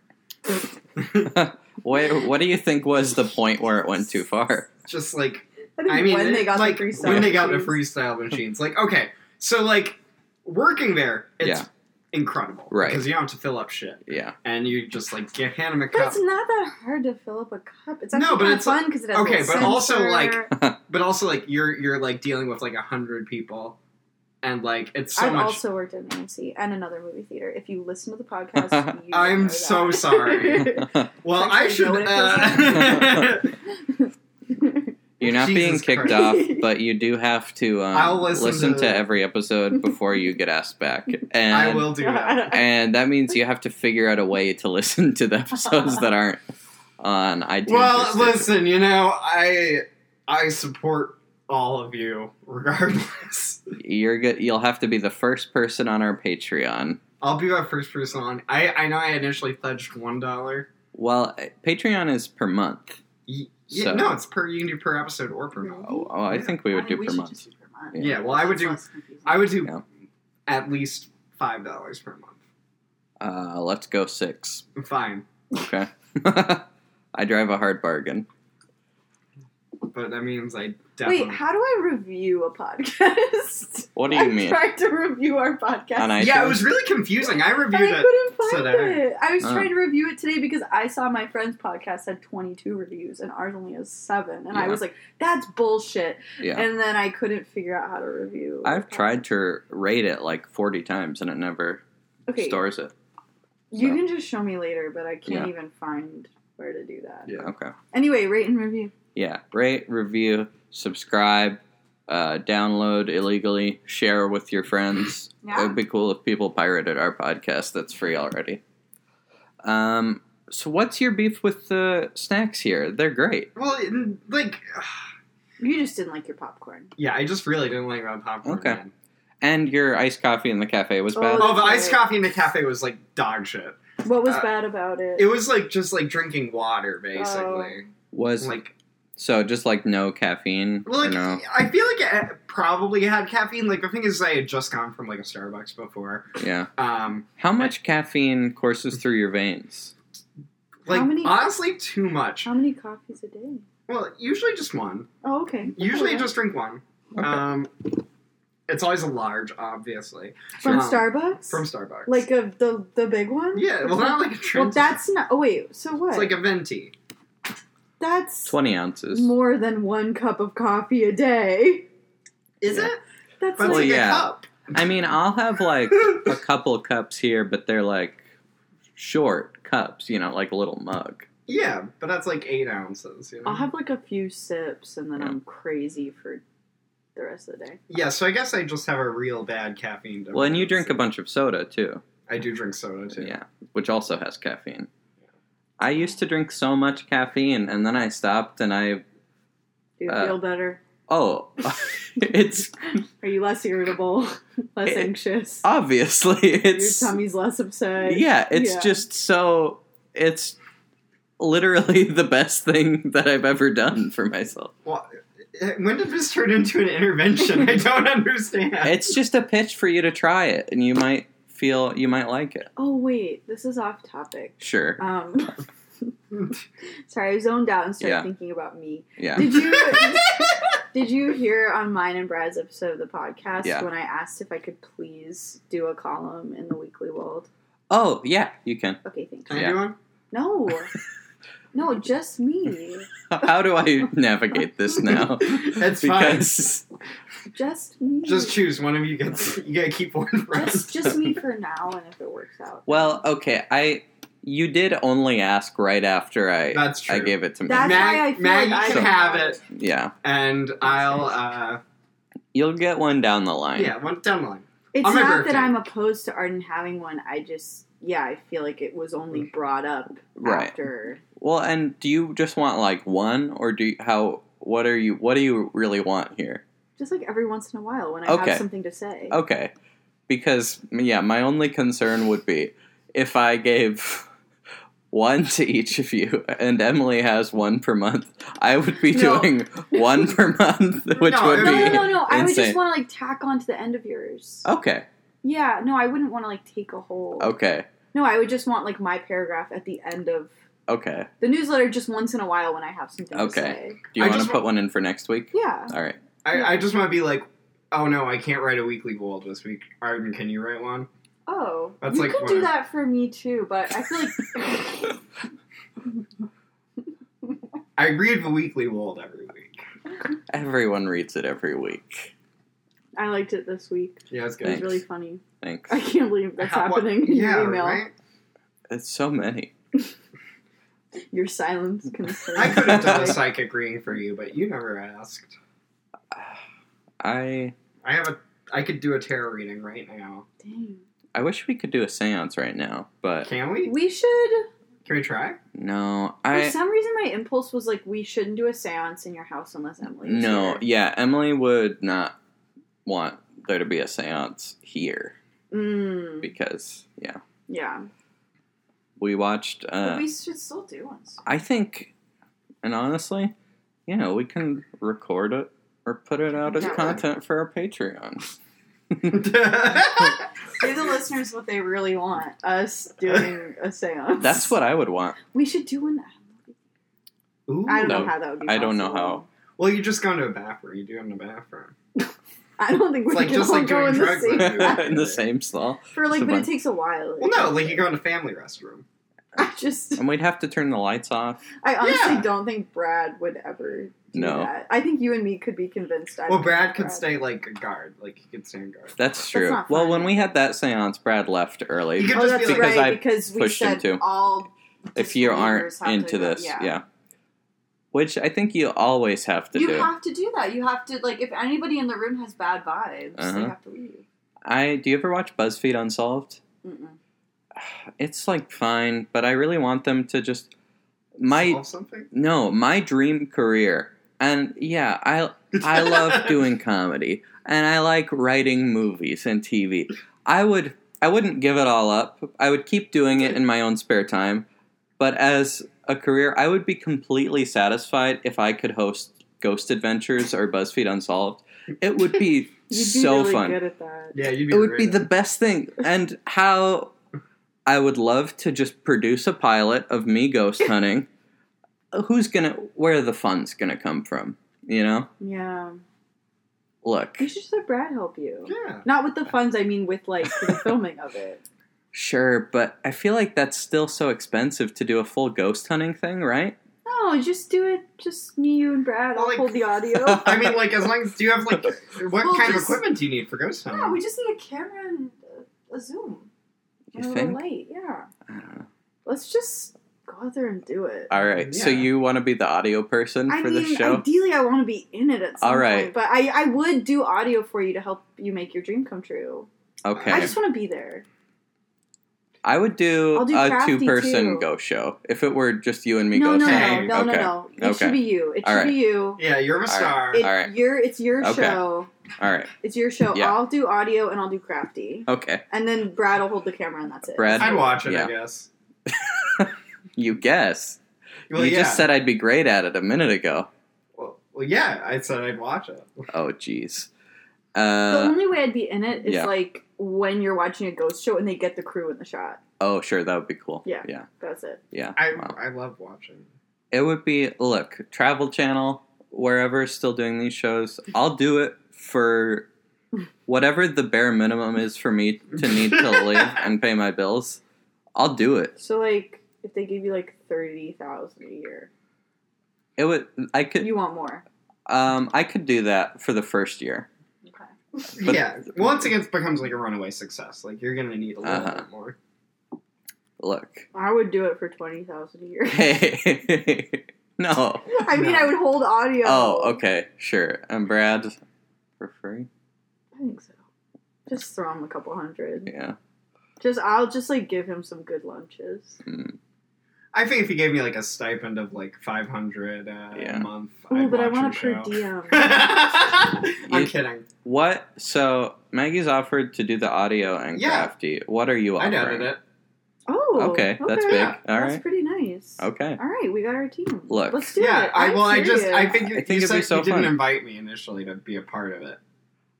Speaker 1: What what do you think was the point where it went too far?
Speaker 3: Just like
Speaker 2: I think
Speaker 3: I mean,
Speaker 2: when they got
Speaker 3: like
Speaker 2: the freestyle
Speaker 3: when they got the
Speaker 2: machines-
Speaker 3: freestyle machines, like okay, so like working there, it's
Speaker 1: Yeah.
Speaker 3: incredible,
Speaker 1: Right.
Speaker 3: Because you don't have to fill up shit,
Speaker 1: Yeah,
Speaker 3: and you just like get hand them a
Speaker 2: But
Speaker 3: cup.
Speaker 2: it's not that hard to fill up a cup. It's
Speaker 3: No,
Speaker 2: actually
Speaker 3: but
Speaker 2: kind of
Speaker 3: it's-
Speaker 2: fun because it has
Speaker 3: okay,
Speaker 2: a
Speaker 3: but also,
Speaker 2: sensor.
Speaker 3: like, But also like you're you're like dealing with like a hundred people, and like it's so
Speaker 2: I've
Speaker 3: much.
Speaker 2: also worked at an AMC and another movie theater. If you listen to the podcast, you
Speaker 3: I'm
Speaker 2: know
Speaker 3: so
Speaker 2: that.
Speaker 3: sorry. well, I should.
Speaker 2: Actually, no, it
Speaker 3: Uh,
Speaker 1: you're not being
Speaker 3: Jesus
Speaker 1: kicked
Speaker 3: Christ.
Speaker 1: off, but you do have to um,
Speaker 3: I'll listen
Speaker 1: to...
Speaker 3: to-
Speaker 1: every episode before you get asked back, and
Speaker 3: I will do that.
Speaker 1: and that means you have to figure out a way to listen to the episodes that aren't on iTunes. or
Speaker 3: Well,
Speaker 1: Stitcher.
Speaker 3: listen, you know, I I support all of you regardless.
Speaker 1: you're good. You'll have to be the first person on our Patreon.
Speaker 3: I'll be my first person on. I I know I initially pledged one dollar.
Speaker 1: Well, Patreon is per month.
Speaker 3: Y- yeah,
Speaker 1: So-
Speaker 3: no, it's per you can do per episode or per month.
Speaker 1: Oh, oh, I
Speaker 3: Yeah.
Speaker 1: think we would
Speaker 2: I
Speaker 1: do
Speaker 2: mean, we
Speaker 1: per
Speaker 2: should
Speaker 1: month.
Speaker 2: just do per month.
Speaker 1: Yeah.
Speaker 3: Yeah, well, I would
Speaker 2: That's
Speaker 3: do
Speaker 2: less confusing.
Speaker 3: I would do
Speaker 1: Yeah.
Speaker 3: at least five dollars per month.
Speaker 1: Uh, let's go six.
Speaker 3: Fine,
Speaker 1: Okay. I drive a hard bargain.
Speaker 3: but that means I definitely.
Speaker 2: Wait, how do I review a podcast?
Speaker 1: What do you
Speaker 2: I
Speaker 1: mean?
Speaker 2: tried to review our podcast.
Speaker 1: On
Speaker 2: and
Speaker 3: yeah, it was really confusing. I
Speaker 2: I
Speaker 3: reviewed it.
Speaker 2: couldn't find
Speaker 3: today.
Speaker 2: it. I was
Speaker 1: Oh.
Speaker 2: trying to review it today because I saw my friend's podcast had 22 reviews and ours only has seven, and
Speaker 1: Yeah.
Speaker 2: I was like, "That's bullshit."
Speaker 1: Yeah.
Speaker 2: And then I couldn't figure out how to review.
Speaker 1: I've tried to rate it like 40 times and it never
Speaker 2: Okay,
Speaker 1: stores it.
Speaker 2: you
Speaker 1: so.
Speaker 2: can just show me later, but I can't
Speaker 1: Yeah.
Speaker 2: even find where to do that.
Speaker 3: Yeah.
Speaker 1: Okay.
Speaker 2: Anyway, rate and review.
Speaker 1: Yeah. Rate, review, subscribe, uh, download illegally, share with your friends. It
Speaker 2: Yeah.
Speaker 1: would be cool if people pirated our podcast that's free already. Um, so, what's your beef with the snacks here? They're great.
Speaker 3: Well, it- like,
Speaker 2: You just didn't like your popcorn.
Speaker 3: yeah, I just really didn't like that popcorn.
Speaker 1: Okay.
Speaker 3: man.
Speaker 1: And your iced coffee in the cafe was bad.
Speaker 2: Oh,
Speaker 3: Oh, the
Speaker 2: that's
Speaker 3: iced
Speaker 2: right.
Speaker 3: coffee in the cafe was like dog shit.
Speaker 2: What was
Speaker 3: Uh,
Speaker 2: bad about it?
Speaker 3: It was like just like drinking water, basically.
Speaker 2: Oh.
Speaker 1: was
Speaker 3: Like
Speaker 1: so just like no caffeine.
Speaker 3: Well,
Speaker 1: or
Speaker 3: like,
Speaker 1: no,
Speaker 3: I feel like it probably had caffeine. Like, the thing is, I had just gone from, like, a Starbucks before.
Speaker 1: yeah.
Speaker 3: Um,
Speaker 1: How much caffeine courses through your veins?
Speaker 3: like,
Speaker 2: How many-
Speaker 3: honestly, too much.
Speaker 2: How many coffees a day?
Speaker 3: Well, usually just one.
Speaker 2: Oh, okay.
Speaker 3: Usually
Speaker 2: Okay.
Speaker 3: just drink one.
Speaker 1: Okay.
Speaker 3: Um, it's always a large, obviously.
Speaker 2: from
Speaker 3: um,
Speaker 2: Starbucks.
Speaker 3: From Starbucks.
Speaker 2: like a, the the big one.
Speaker 3: yeah, well, not like a
Speaker 2: Well,
Speaker 3: drink.
Speaker 2: that's not. Oh wait. So what?
Speaker 3: It's like a venti.
Speaker 2: that's
Speaker 1: 20 ounces.
Speaker 2: more than one cup of coffee a day.
Speaker 3: Is
Speaker 1: Yeah.
Speaker 3: it? But
Speaker 2: That's
Speaker 1: Well,
Speaker 2: like
Speaker 3: it's like
Speaker 1: yeah.
Speaker 3: a cup.
Speaker 1: I mean, I'll have like a couple cups here, but they're like short cups, you know, like a little mug.
Speaker 3: Yeah, but that's like eight ounces, you know?
Speaker 2: I'll have like a few sips and then
Speaker 1: Yeah.
Speaker 2: I'm crazy for the rest of the day.
Speaker 3: yeah, so I guess I just have a real bad caffeine.
Speaker 1: Well, and you
Speaker 3: dependence.
Speaker 1: drink a bunch of soda too.
Speaker 3: I do drink soda, too.
Speaker 1: Yeah, which also has caffeine. I used to drink so much caffeine and then I stopped and I
Speaker 2: Do you
Speaker 1: Uh,
Speaker 2: feel better?
Speaker 1: oh, it's
Speaker 2: Are you less irritable? less
Speaker 1: it-
Speaker 2: anxious?
Speaker 1: obviously it's
Speaker 2: Your tummy's less upset.
Speaker 1: Yeah, it's
Speaker 2: Yeah.
Speaker 1: just so it's literally the best thing that I've ever done for myself.
Speaker 3: When did this turn into an intervention? I don't understand.
Speaker 1: It's just a pitch for you to try it and you might feel you might like it.
Speaker 2: Oh wait, this is off topic.
Speaker 1: Sure.
Speaker 2: Um, sorry, I zoned out and started
Speaker 1: Yeah.
Speaker 2: thinking about me.
Speaker 1: Yeah.
Speaker 2: Did you did you hear on mine and Brad's episode of the podcast
Speaker 1: Yeah.
Speaker 2: when I asked if I could please do a column in the Weekly World?
Speaker 1: Oh, yeah, you can.
Speaker 2: Okay, thank
Speaker 3: Can
Speaker 2: you.
Speaker 3: I do one?
Speaker 2: No, no, just me,
Speaker 1: How do I navigate this now?
Speaker 3: It's
Speaker 1: because
Speaker 2: just me.
Speaker 3: fine. Just choose one of you gets. You gotta keep one for us.
Speaker 2: just, just me for now, and if it works out,
Speaker 1: well, okay, I You did only ask right after I
Speaker 3: That's true.
Speaker 1: I gave it to me.
Speaker 2: That's
Speaker 3: Mag-
Speaker 2: why I feel
Speaker 3: Maggie
Speaker 2: like I
Speaker 1: can
Speaker 3: have it.
Speaker 1: yeah,
Speaker 3: and I'll uh
Speaker 1: you'll get one down the line.
Speaker 3: yeah, one down the line.
Speaker 2: It's
Speaker 3: On my
Speaker 2: not
Speaker 3: birthday.
Speaker 2: that I'm opposed to Arden having one. I just, yeah, I feel like it was only
Speaker 3: Mm.
Speaker 2: brought up
Speaker 1: Right.
Speaker 2: after.
Speaker 1: Well, and do you just want like one, or do you, how? What are you? What do you really want here?
Speaker 2: Just like every once in a while when I
Speaker 1: Okay. Oh,
Speaker 2: have something to say.
Speaker 1: Okay, because yeah, my only concern would be if I gave one to each of you, and Emily has one per month. I would be
Speaker 3: No.
Speaker 1: doing one per month, which
Speaker 3: No,
Speaker 1: would
Speaker 2: No,
Speaker 1: be
Speaker 2: no, no, no. I would
Speaker 1: insane. Oh.
Speaker 2: just want to like tack on to the end of yours.
Speaker 1: okay.
Speaker 2: Yeah, no, I wouldn't want to like take a whole.
Speaker 1: Okay,
Speaker 2: No, I would just want like my paragraph at the end of
Speaker 1: okay.
Speaker 2: the newsletter just once in a while when I have something
Speaker 1: Okay.
Speaker 2: to say.
Speaker 1: Do you
Speaker 3: I
Speaker 1: want to
Speaker 3: just-
Speaker 1: put one in for next week?
Speaker 2: Yeah.
Speaker 1: All right.
Speaker 3: I, I just want to be like, oh no, I can't write a weekly goal this week. Arden, can you write one?
Speaker 2: Oh,
Speaker 3: That's,
Speaker 2: you
Speaker 3: like,
Speaker 2: could
Speaker 3: what I-
Speaker 2: do that for me too, but I feel like
Speaker 3: I read the weekly world every week.
Speaker 1: Everyone reads it every week.
Speaker 2: I liked it this week.
Speaker 3: Yeah, it's
Speaker 2: It was
Speaker 1: Thanks.
Speaker 3: good.
Speaker 2: really funny.
Speaker 1: Thanks.
Speaker 2: I can't believe that's
Speaker 3: How- what-
Speaker 2: happening. in
Speaker 3: Yeah,
Speaker 2: your email,
Speaker 3: right?
Speaker 1: It's so many.
Speaker 2: your silence concerns.
Speaker 3: I could have done a
Speaker 2: Like,
Speaker 3: psychic reading for you, but you never asked.
Speaker 1: I
Speaker 3: I have a. I could do a tarot reading right now.
Speaker 2: Dang.
Speaker 1: I wish we could do a séance right now, but
Speaker 3: Can we?
Speaker 2: We should.
Speaker 3: Can we try?
Speaker 1: no.
Speaker 2: for
Speaker 1: I
Speaker 2: some reason, my impulse was like, we shouldn't do a séance in your house unless Emily. was
Speaker 1: no.
Speaker 2: here.
Speaker 1: Yeah, Emily would not want there to be a séance here
Speaker 2: Mm,
Speaker 1: because yeah,
Speaker 2: yeah.
Speaker 1: we watched.
Speaker 2: But
Speaker 1: Uh,
Speaker 2: we should still do one.
Speaker 1: I think, and honestly, yeah, we can record it or put it out as
Speaker 2: Yeah.
Speaker 1: content for our Patreon.
Speaker 2: Give the listeners what they really want. Us doing a séance.
Speaker 1: That's what I would want.
Speaker 2: we should do one.
Speaker 3: Ooh.
Speaker 2: I don't
Speaker 1: No.
Speaker 2: know how that would be.
Speaker 1: I don't know
Speaker 2: possible.
Speaker 3: Well, you just go into a bathroom. You do it in a bathroom.
Speaker 2: I don't think we're
Speaker 3: It's like-
Speaker 2: gonna
Speaker 3: just like
Speaker 2: go
Speaker 3: doing
Speaker 2: in the
Speaker 3: drugs
Speaker 2: same
Speaker 3: with you.
Speaker 2: bathroom.
Speaker 1: in the same stall,
Speaker 2: for like,
Speaker 1: It's a
Speaker 2: but it
Speaker 1: bunch.
Speaker 2: takes a while.
Speaker 3: Well, no, like you go in a family restroom.
Speaker 2: I just,
Speaker 1: and we'd have to turn the lights off.
Speaker 2: I honestly
Speaker 3: Yeah.
Speaker 2: don't think Brad would ever. Do
Speaker 1: No.
Speaker 2: that. I think you and me could be convinced. I
Speaker 3: Well,
Speaker 2: don't
Speaker 3: Brad
Speaker 2: think
Speaker 3: could stay like a guard. Like he could stand guard.
Speaker 1: That's true.
Speaker 2: not
Speaker 1: well,
Speaker 2: fun.
Speaker 1: when we had that séance, Brad left early.
Speaker 3: You could
Speaker 2: Oh,
Speaker 3: just
Speaker 2: that's
Speaker 3: be like,
Speaker 1: Because
Speaker 2: right.
Speaker 1: I
Speaker 2: because we
Speaker 1: pushed him
Speaker 2: said
Speaker 1: to.
Speaker 2: all.
Speaker 1: if you aren't
Speaker 2: disbelievers have
Speaker 1: into
Speaker 2: to go-
Speaker 1: this, yeah. Which I think you always have to
Speaker 2: you
Speaker 1: do.
Speaker 2: have to do that. You have to like if anybody in the room has bad vibes,
Speaker 1: Uh-huh.
Speaker 2: they have to leave.
Speaker 1: I do you ever watch BuzzFeed Unsolved?
Speaker 2: Mm-mm.
Speaker 1: It's like fine, but I really want them to just my
Speaker 3: solve something.
Speaker 1: no, my dream career. And yeah, I I love doing comedy and I like writing movies and TV. I would I wouldn't give it all up. I would keep doing it in my own spare time, but as a career, I would be completely satisfied if I could host Ghost Adventures or BuzzFeed Unsolved. It would be,
Speaker 2: You'd be
Speaker 1: so
Speaker 2: really
Speaker 1: fun.
Speaker 2: good at that.
Speaker 3: Yeah, you'd be.
Speaker 1: It would be
Speaker 3: great
Speaker 1: the
Speaker 3: at
Speaker 1: best thing. And how I would love to just produce a pilot of me ghost hunting. Who's gonna? Where the fun's gonna come from? You know.
Speaker 2: Yeah,
Speaker 1: Look,
Speaker 2: you should just let Brad help you.
Speaker 3: it. Yeah.
Speaker 2: Not with the funds, I mean with like the filming of it.
Speaker 1: sure, but I feel like that's still so expensive to do a full ghost hunting thing, right?
Speaker 2: No, just do it. Just me, you, and Brad. I'll
Speaker 3: Like-
Speaker 2: hold the audio.
Speaker 3: I mean, like, as long as do you have like, what
Speaker 2: Well,
Speaker 3: kind of
Speaker 2: just-
Speaker 3: equipment do you need for ghost hunting?
Speaker 2: yeah,
Speaker 1: Um,
Speaker 2: we just need a camera and a, a Zoom.
Speaker 1: You
Speaker 2: We're a
Speaker 1: think?
Speaker 2: little late. Yeah,
Speaker 1: I don't know.
Speaker 2: let's just go out there and do it.
Speaker 1: All right, so
Speaker 3: Yeah.
Speaker 1: you want to be the audio person
Speaker 2: I
Speaker 1: for
Speaker 2: mean,
Speaker 1: this show?
Speaker 2: ideally, I want to be in it at some
Speaker 1: All right.
Speaker 2: point, but I, I would do audio for you to help you make your dream come true.
Speaker 1: okay,
Speaker 2: I
Speaker 1: I,
Speaker 2: just want to be there.
Speaker 1: would do,
Speaker 2: I'll do
Speaker 1: a
Speaker 2: crafty,
Speaker 1: two-person
Speaker 2: too.
Speaker 1: ghost show if it were just you and me
Speaker 2: No, no,
Speaker 1: ghost
Speaker 2: no,
Speaker 1: hunting.
Speaker 2: no, no,
Speaker 1: okay.
Speaker 2: no. It
Speaker 1: Okay.
Speaker 2: should be you. It
Speaker 1: All
Speaker 2: should
Speaker 1: right.
Speaker 2: be you.
Speaker 3: yeah, you're a
Speaker 1: right.
Speaker 3: star.
Speaker 2: It,
Speaker 1: All right.
Speaker 2: Your, it's your
Speaker 1: Okay.
Speaker 2: show.
Speaker 1: All right,
Speaker 2: It's your show.
Speaker 1: Yeah.
Speaker 2: I'll do audio and I'll do crafty,
Speaker 1: okay,
Speaker 2: and then Brad will hold the camera, and that's it.
Speaker 1: Brad.
Speaker 3: I'd watch it,
Speaker 1: Yeah.
Speaker 3: I guess.
Speaker 1: you guess.
Speaker 3: Well,
Speaker 1: you
Speaker 3: yeah.
Speaker 1: just said I'd be great at it a minute ago.
Speaker 3: well, well, yeah, I said I'd watch it.
Speaker 1: Oh, jeez.
Speaker 2: the
Speaker 1: Uh,
Speaker 2: only way I'd be in it is
Speaker 1: yeah.
Speaker 2: like when you're watching a ghost show and they get the crew in the shot.
Speaker 1: oh, sure, that would be cool.
Speaker 2: Yeah.
Speaker 1: yeah,
Speaker 2: That's it.
Speaker 1: yeah.
Speaker 3: I
Speaker 1: Wow.
Speaker 3: I love watching.
Speaker 1: It would be look Travel Channel, wherever is still doing these shows. I'll do it for whatever the bare minimum is for me to need to live and pay my bills. I'll do it.
Speaker 2: So like, if they give you like thirty thousand a year,
Speaker 1: It would. I could.
Speaker 2: you want more.
Speaker 1: Um, I could do that for the first year.
Speaker 2: Okay.
Speaker 1: But-
Speaker 3: yeah, once it gets becomes like a runaway success, like you're gonna need a little
Speaker 1: Uh-huh.
Speaker 3: bit more.
Speaker 1: Look.
Speaker 2: I would do it for twenty thousand a year.
Speaker 1: Hey. no.
Speaker 2: I mean,
Speaker 3: No.
Speaker 2: I would hold audio.
Speaker 1: Oh, okay. Sure. And Brad for free?
Speaker 2: I think so. Just throw him a couple hundred.
Speaker 1: Yeah.
Speaker 2: Just I'll just like give him some good lunches.
Speaker 1: Mm.
Speaker 3: I think if you gave me like a stipend of like five hundred uh,
Speaker 1: Yeah.
Speaker 3: a month,
Speaker 2: Oh,
Speaker 3: I'd
Speaker 2: but I
Speaker 3: watch
Speaker 2: want a
Speaker 3: your
Speaker 2: per
Speaker 3: show.
Speaker 2: diem.
Speaker 3: I'm
Speaker 1: You-
Speaker 3: kidding.
Speaker 1: What? So Maggie's offered to do the audio and
Speaker 3: Yeah.
Speaker 1: crafty. What are you
Speaker 3: I
Speaker 1: offering?
Speaker 3: doubted it.
Speaker 2: Oh,
Speaker 1: Okay, that's big.
Speaker 2: Yeah,
Speaker 1: All
Speaker 2: that's
Speaker 1: right.
Speaker 2: pretty nice.
Speaker 1: Okay.
Speaker 2: All right, we got our team.
Speaker 1: Look.
Speaker 2: let's do
Speaker 3: Yeah,
Speaker 2: it.
Speaker 3: I
Speaker 2: I'm
Speaker 3: well, I just I
Speaker 1: I
Speaker 3: think you,
Speaker 2: serious.
Speaker 1: think
Speaker 3: you
Speaker 1: it'd be
Speaker 3: said
Speaker 1: so
Speaker 3: you didn't
Speaker 1: fun.
Speaker 3: invite me initially to be a part of it.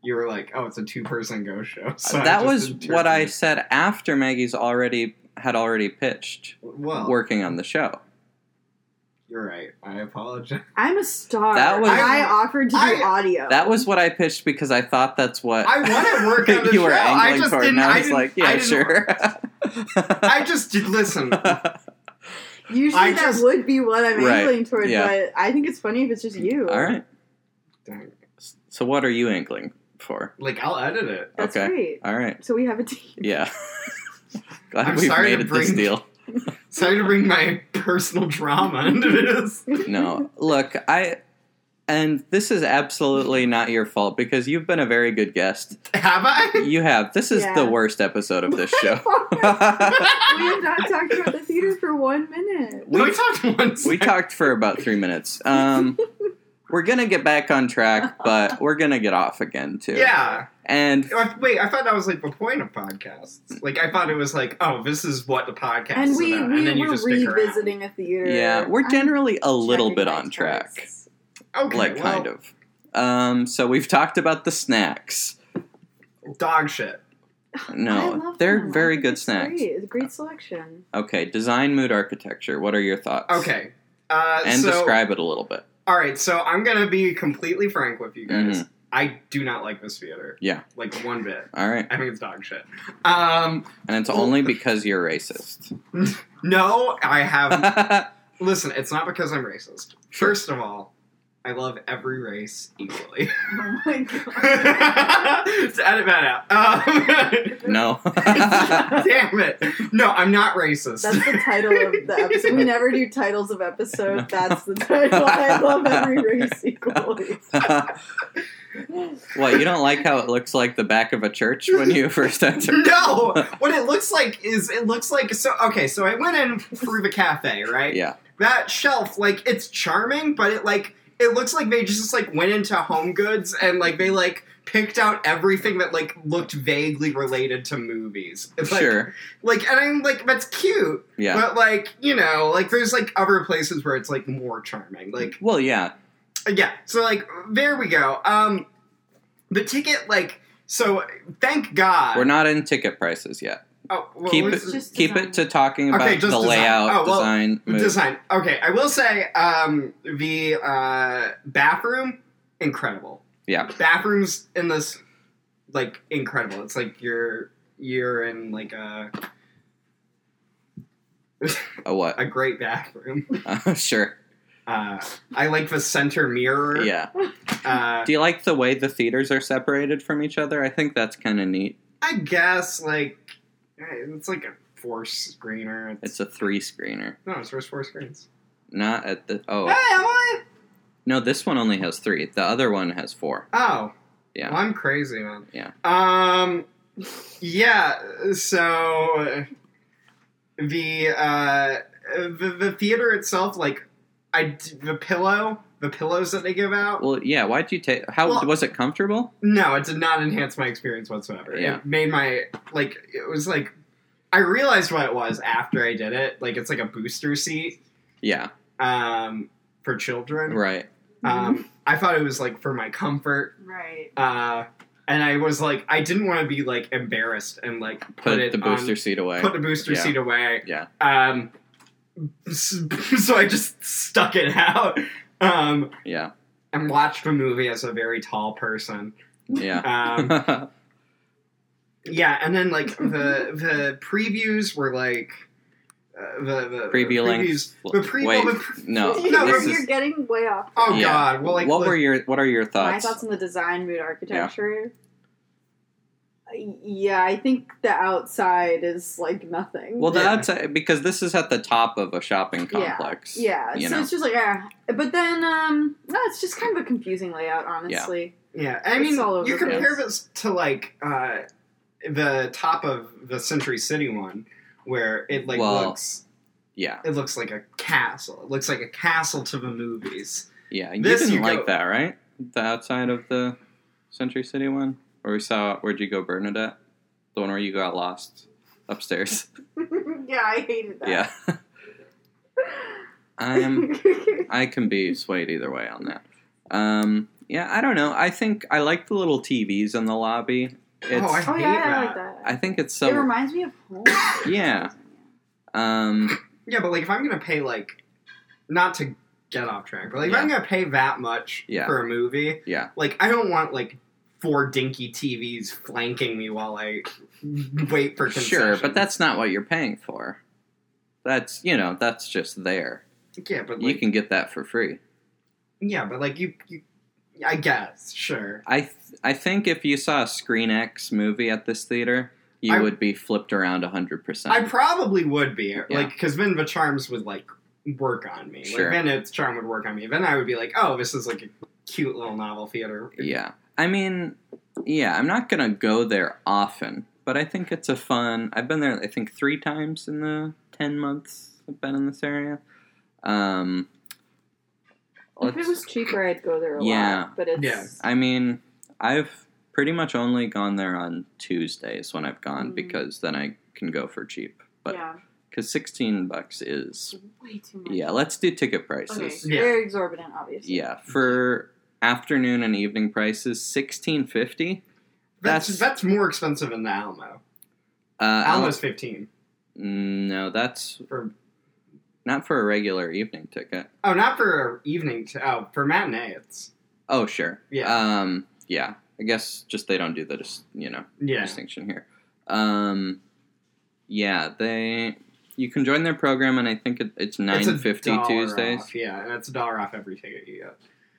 Speaker 3: You were like, "Oh, it's a two-person go show." So I
Speaker 1: that
Speaker 3: just
Speaker 1: was
Speaker 3: interpreted-
Speaker 1: what I said after Maggie's already had already pitched
Speaker 3: Well,
Speaker 1: working on the show.
Speaker 3: you're right. I apologize.
Speaker 2: I'm a star.
Speaker 1: That was-
Speaker 2: I offered to do
Speaker 3: I-
Speaker 2: audio.
Speaker 1: That was was what I pitched because I thought that's what
Speaker 3: I wanna work on the
Speaker 1: you were
Speaker 3: show. I
Speaker 1: angling
Speaker 3: just
Speaker 1: for.
Speaker 3: didn't-
Speaker 1: and I
Speaker 3: I
Speaker 1: was
Speaker 3: didn't-
Speaker 1: like,
Speaker 3: I
Speaker 1: yeah,
Speaker 3: didn't-
Speaker 1: sure.
Speaker 3: I just did listen.
Speaker 2: Usually
Speaker 3: I
Speaker 2: that
Speaker 3: just-
Speaker 2: would be what I'm
Speaker 1: Right,
Speaker 2: angling towards,
Speaker 1: yeah.
Speaker 2: but I think it's funny if it's just you.
Speaker 1: All right.
Speaker 3: Dang.
Speaker 1: So what are you angling for?
Speaker 3: Like I'll edit it.
Speaker 2: That's
Speaker 1: okay.
Speaker 2: great.
Speaker 1: All right.
Speaker 2: So we have a team.
Speaker 1: Yeah. Glad
Speaker 3: I'm
Speaker 1: we've
Speaker 3: sorry
Speaker 1: made
Speaker 3: to
Speaker 1: it this
Speaker 3: bring-
Speaker 1: deal.
Speaker 3: Sorry to bring my personal drama into this.
Speaker 1: No, look, I, and this is absolutely not your fault because you've been a very good guest.
Speaker 3: Have I?
Speaker 1: You have. This is the
Speaker 2: Yeah.
Speaker 1: worst episode of this show.
Speaker 2: we have not talked about the theater for one minute.
Speaker 3: We,
Speaker 1: We-
Speaker 3: talked once.
Speaker 1: we talked for about three minutes. Um, we're gonna get back on track, but we're gonna get off again too.
Speaker 3: Yeah.
Speaker 1: And
Speaker 3: I- Wait, I thought that was like the point of podcasts. Like I thought it was like, oh, this is what the podcast
Speaker 2: And
Speaker 3: is
Speaker 2: we,
Speaker 3: about, and
Speaker 2: we
Speaker 3: then you
Speaker 2: were
Speaker 3: just stick around.
Speaker 2: revisiting a theater.
Speaker 1: yeah, we're
Speaker 2: I'm
Speaker 1: generally a little
Speaker 2: checking
Speaker 1: bit
Speaker 2: my
Speaker 1: on track,
Speaker 2: texts.
Speaker 3: Okay,
Speaker 1: like
Speaker 3: well,
Speaker 1: kind of. Um, so we've talked about the snacks.
Speaker 3: dog shit.
Speaker 2: I
Speaker 1: No,
Speaker 2: love
Speaker 1: they're
Speaker 2: them. I
Speaker 1: very
Speaker 2: think
Speaker 1: good
Speaker 2: it's
Speaker 1: snacks.
Speaker 2: Great. It's a great selection.
Speaker 1: Okay, design, mood, architecture. What are your thoughts?
Speaker 3: Okay. Uh,
Speaker 1: and
Speaker 3: so,
Speaker 1: describe it a little bit.
Speaker 3: All right, so I'm gonna be completely frank with you guys. I do not like this theater.
Speaker 1: Mm-hmm. Yeah.
Speaker 3: Like one bit.
Speaker 1: All right,
Speaker 3: I think it's dog shit. Um,
Speaker 1: and it's only because you're racist.
Speaker 3: no, I have.
Speaker 1: yeah,
Speaker 3: listen, it's not because I'm racist.
Speaker 1: Sure.
Speaker 3: First of all, I love every race equally.
Speaker 2: Oh my god.
Speaker 3: Just edit that out. Um,
Speaker 1: no.
Speaker 3: Damn it. No, I'm not racist.
Speaker 2: That's the title of the episode. We never do titles of episodes. That's the title. I love every race equally.
Speaker 1: well, you don't like how it looks like the back of a church when you first enter.
Speaker 3: no, what it looks like is it looks like so. Okay, so I went in through the cafe, right?
Speaker 1: Yeah.
Speaker 3: That shelf, like, it's charming, but it like it looks like they just like went into Home Goods and like they like picked out everything that like looked vaguely related to movies. It's like,
Speaker 1: sure.
Speaker 3: Like, and I'm like, that's cute,
Speaker 1: Yeah.
Speaker 3: but like, you know, like there's like other places where it's like more charming, like.
Speaker 1: Well, yeah.
Speaker 3: yeah so like there we go um the ticket like so thank god
Speaker 1: We're not in ticket prices yet.
Speaker 3: oh, well,
Speaker 1: keep
Speaker 3: what's
Speaker 2: it-
Speaker 3: the
Speaker 2: Just
Speaker 1: Keep
Speaker 2: design.
Speaker 1: it to talking about
Speaker 3: Okay, just
Speaker 1: the
Speaker 3: design.
Speaker 1: layout,
Speaker 3: Oh, well,
Speaker 1: design, mood.
Speaker 3: design okay i will say um the uh bathroom incredible
Speaker 1: Yeah.
Speaker 3: bathrooms in this like incredible it's like you're you're in like a
Speaker 1: Oh, what?
Speaker 3: a great bathroom
Speaker 1: sure.
Speaker 3: uh i like the center mirror
Speaker 1: Yeah.
Speaker 3: uh
Speaker 1: Do you like the way the theaters are separated from each other? I think that's kind of neat.
Speaker 3: i guess like it's like a four screener
Speaker 1: It's a three screener,
Speaker 3: no it's worth four screens
Speaker 1: not at the.
Speaker 3: hey
Speaker 1: Oh
Speaker 3: Emily!
Speaker 1: no, this one only has three. The other one has four.
Speaker 3: Oh.
Speaker 1: Yeah.
Speaker 3: Well, I'm crazy, man.
Speaker 1: Yeah.
Speaker 3: Um yeah, so the uh the, the theater itself like I d- the pillow, the pillows that they give out.
Speaker 1: Well, yeah. Why'd you take? How
Speaker 3: Well-
Speaker 1: was it comfortable?
Speaker 3: No, it did not enhance my experience whatsoever.
Speaker 1: Yeah.
Speaker 3: It made my like it was like I realized what it was after I did it. Like it's like a booster seat
Speaker 1: Yeah.
Speaker 3: um for children.
Speaker 1: Right.
Speaker 3: Um I thought it was like for my comfort.
Speaker 2: right.
Speaker 3: uh, and I was like, I didn't want to be like embarrassed and like put,
Speaker 1: Put,
Speaker 3: it
Speaker 1: the booster
Speaker 3: on,
Speaker 1: seat away.
Speaker 3: put the booster
Speaker 1: Yeah.
Speaker 3: seat away.
Speaker 1: Yeah.
Speaker 3: Um, s- so I just stuck it out. Um,
Speaker 1: yeah.
Speaker 3: and watched the movie as a very tall person.
Speaker 1: Yeah.
Speaker 3: Um, yeah, and then like the the previews were like uh, the, the
Speaker 1: Preview links.
Speaker 3: previews. The pre-
Speaker 1: Wait.
Speaker 3: well, the pre-
Speaker 1: No.
Speaker 2: you're,
Speaker 1: this
Speaker 2: you're
Speaker 1: is,
Speaker 2: getting way off.
Speaker 3: oh
Speaker 1: Yeah.
Speaker 3: god! Well, like
Speaker 1: what
Speaker 3: look-
Speaker 1: were your What are your
Speaker 2: My
Speaker 1: thoughts?
Speaker 2: thoughts on the design, mood, architecture. yeah, I think the outside is like nothing.
Speaker 1: Well, the
Speaker 3: Yeah.
Speaker 1: outside because this is at the top of a shopping
Speaker 2: Yeah.
Speaker 1: complex.
Speaker 2: yeah,
Speaker 1: you
Speaker 2: so
Speaker 1: know.
Speaker 2: it's just like, ah. but then um, no, it's just kind of a confusing layout, honestly.
Speaker 3: Yeah, I
Speaker 2: It's
Speaker 3: mean,
Speaker 2: all over
Speaker 3: you
Speaker 2: the
Speaker 3: compare
Speaker 2: place.
Speaker 3: this to like uh, the top of the Century City one, where it like
Speaker 1: Well-
Speaker 3: looks
Speaker 1: yeah,
Speaker 3: it looks like a castle. It looks like a castle to the movies.
Speaker 1: yeah. You
Speaker 3: This
Speaker 1: didn't
Speaker 3: you
Speaker 1: like
Speaker 3: go-
Speaker 1: that, right? The outside of the Century City one, where we saw where'd you go, Bernadette? The one where you got lost upstairs.
Speaker 2: Yeah, I hated that.
Speaker 1: yeah, Um, I'm. I can be swayed either way on that. Um, yeah, I don't know. I think I like the little TVs in the lobby. It's,
Speaker 3: I-
Speaker 2: oh yeah,
Speaker 3: hate
Speaker 2: I like
Speaker 3: that.
Speaker 2: that.
Speaker 1: I think it's
Speaker 2: it
Speaker 1: so.
Speaker 2: reminds me of home.
Speaker 1: Yeah. Um,
Speaker 3: Yeah, but like if I'm gonna pay like not to get off track, but like if
Speaker 1: Yeah.
Speaker 3: I'm gonna pay that much
Speaker 1: Yeah.
Speaker 3: for a movie,
Speaker 1: Yeah.
Speaker 3: like I don't want like four dinky TVs flanking me while I wait for concession.
Speaker 1: sure, but that's not what you're paying for. That's you know that's just there.
Speaker 3: yeah, but
Speaker 1: You
Speaker 3: like,
Speaker 1: can get that for free.
Speaker 3: yeah, but like you, you, I guess sure.
Speaker 1: I th- I think if you saw a Screen X movie at this theater, you
Speaker 3: I-
Speaker 1: would be flipped around hundred
Speaker 3: I
Speaker 1: percent.
Speaker 3: probably would be like because Vin Charms would like work on me.
Speaker 1: Sure.
Speaker 3: Like Vin Charm would work on me. Then I would be like, oh, this is like a cute little novel theater.
Speaker 1: Yeah. I mean, yeah, I'm not going to go there often, but I think it's a fun. I've been there, I think, three times in the 10 months I've been in this area. Um,
Speaker 2: if it
Speaker 1: let's-
Speaker 2: was cheaper, I'd go there a
Speaker 1: Yeah.
Speaker 2: lot. But it's
Speaker 3: Yeah.
Speaker 1: I mean, I've pretty much only gone there on Tuesdays when I've gone
Speaker 2: Mhm.
Speaker 1: because then I can go for cheap. But
Speaker 2: yeah,
Speaker 1: because 16 bucks is.
Speaker 2: it's way too much.
Speaker 1: Yeah, let's do ticket prices.
Speaker 2: okay,
Speaker 3: Yeah.
Speaker 2: very exorbitant, obviously.
Speaker 1: Yeah, for afternoon and evening prices, 1650.
Speaker 3: That's
Speaker 1: That's-
Speaker 3: that's, more expensive than the Alamo.
Speaker 1: Uh, I'll-
Speaker 3: Alamo's fifteen.
Speaker 1: No, that's
Speaker 3: For-
Speaker 1: not for a regular evening ticket.
Speaker 3: Oh, not for evening. T- oh, for matinee. It's
Speaker 1: Oh, sure.
Speaker 3: Yeah.
Speaker 1: Um, yeah. I guess just they don't do the dis- you know
Speaker 3: yeah.
Speaker 1: distinction here. Um, yeah, they you can join their program, and I think it, it's
Speaker 3: It's a
Speaker 1: nine fifty
Speaker 3: dollar
Speaker 1: Tuesdays.
Speaker 3: off, Yeah, and it's a dollar off every ticket you get.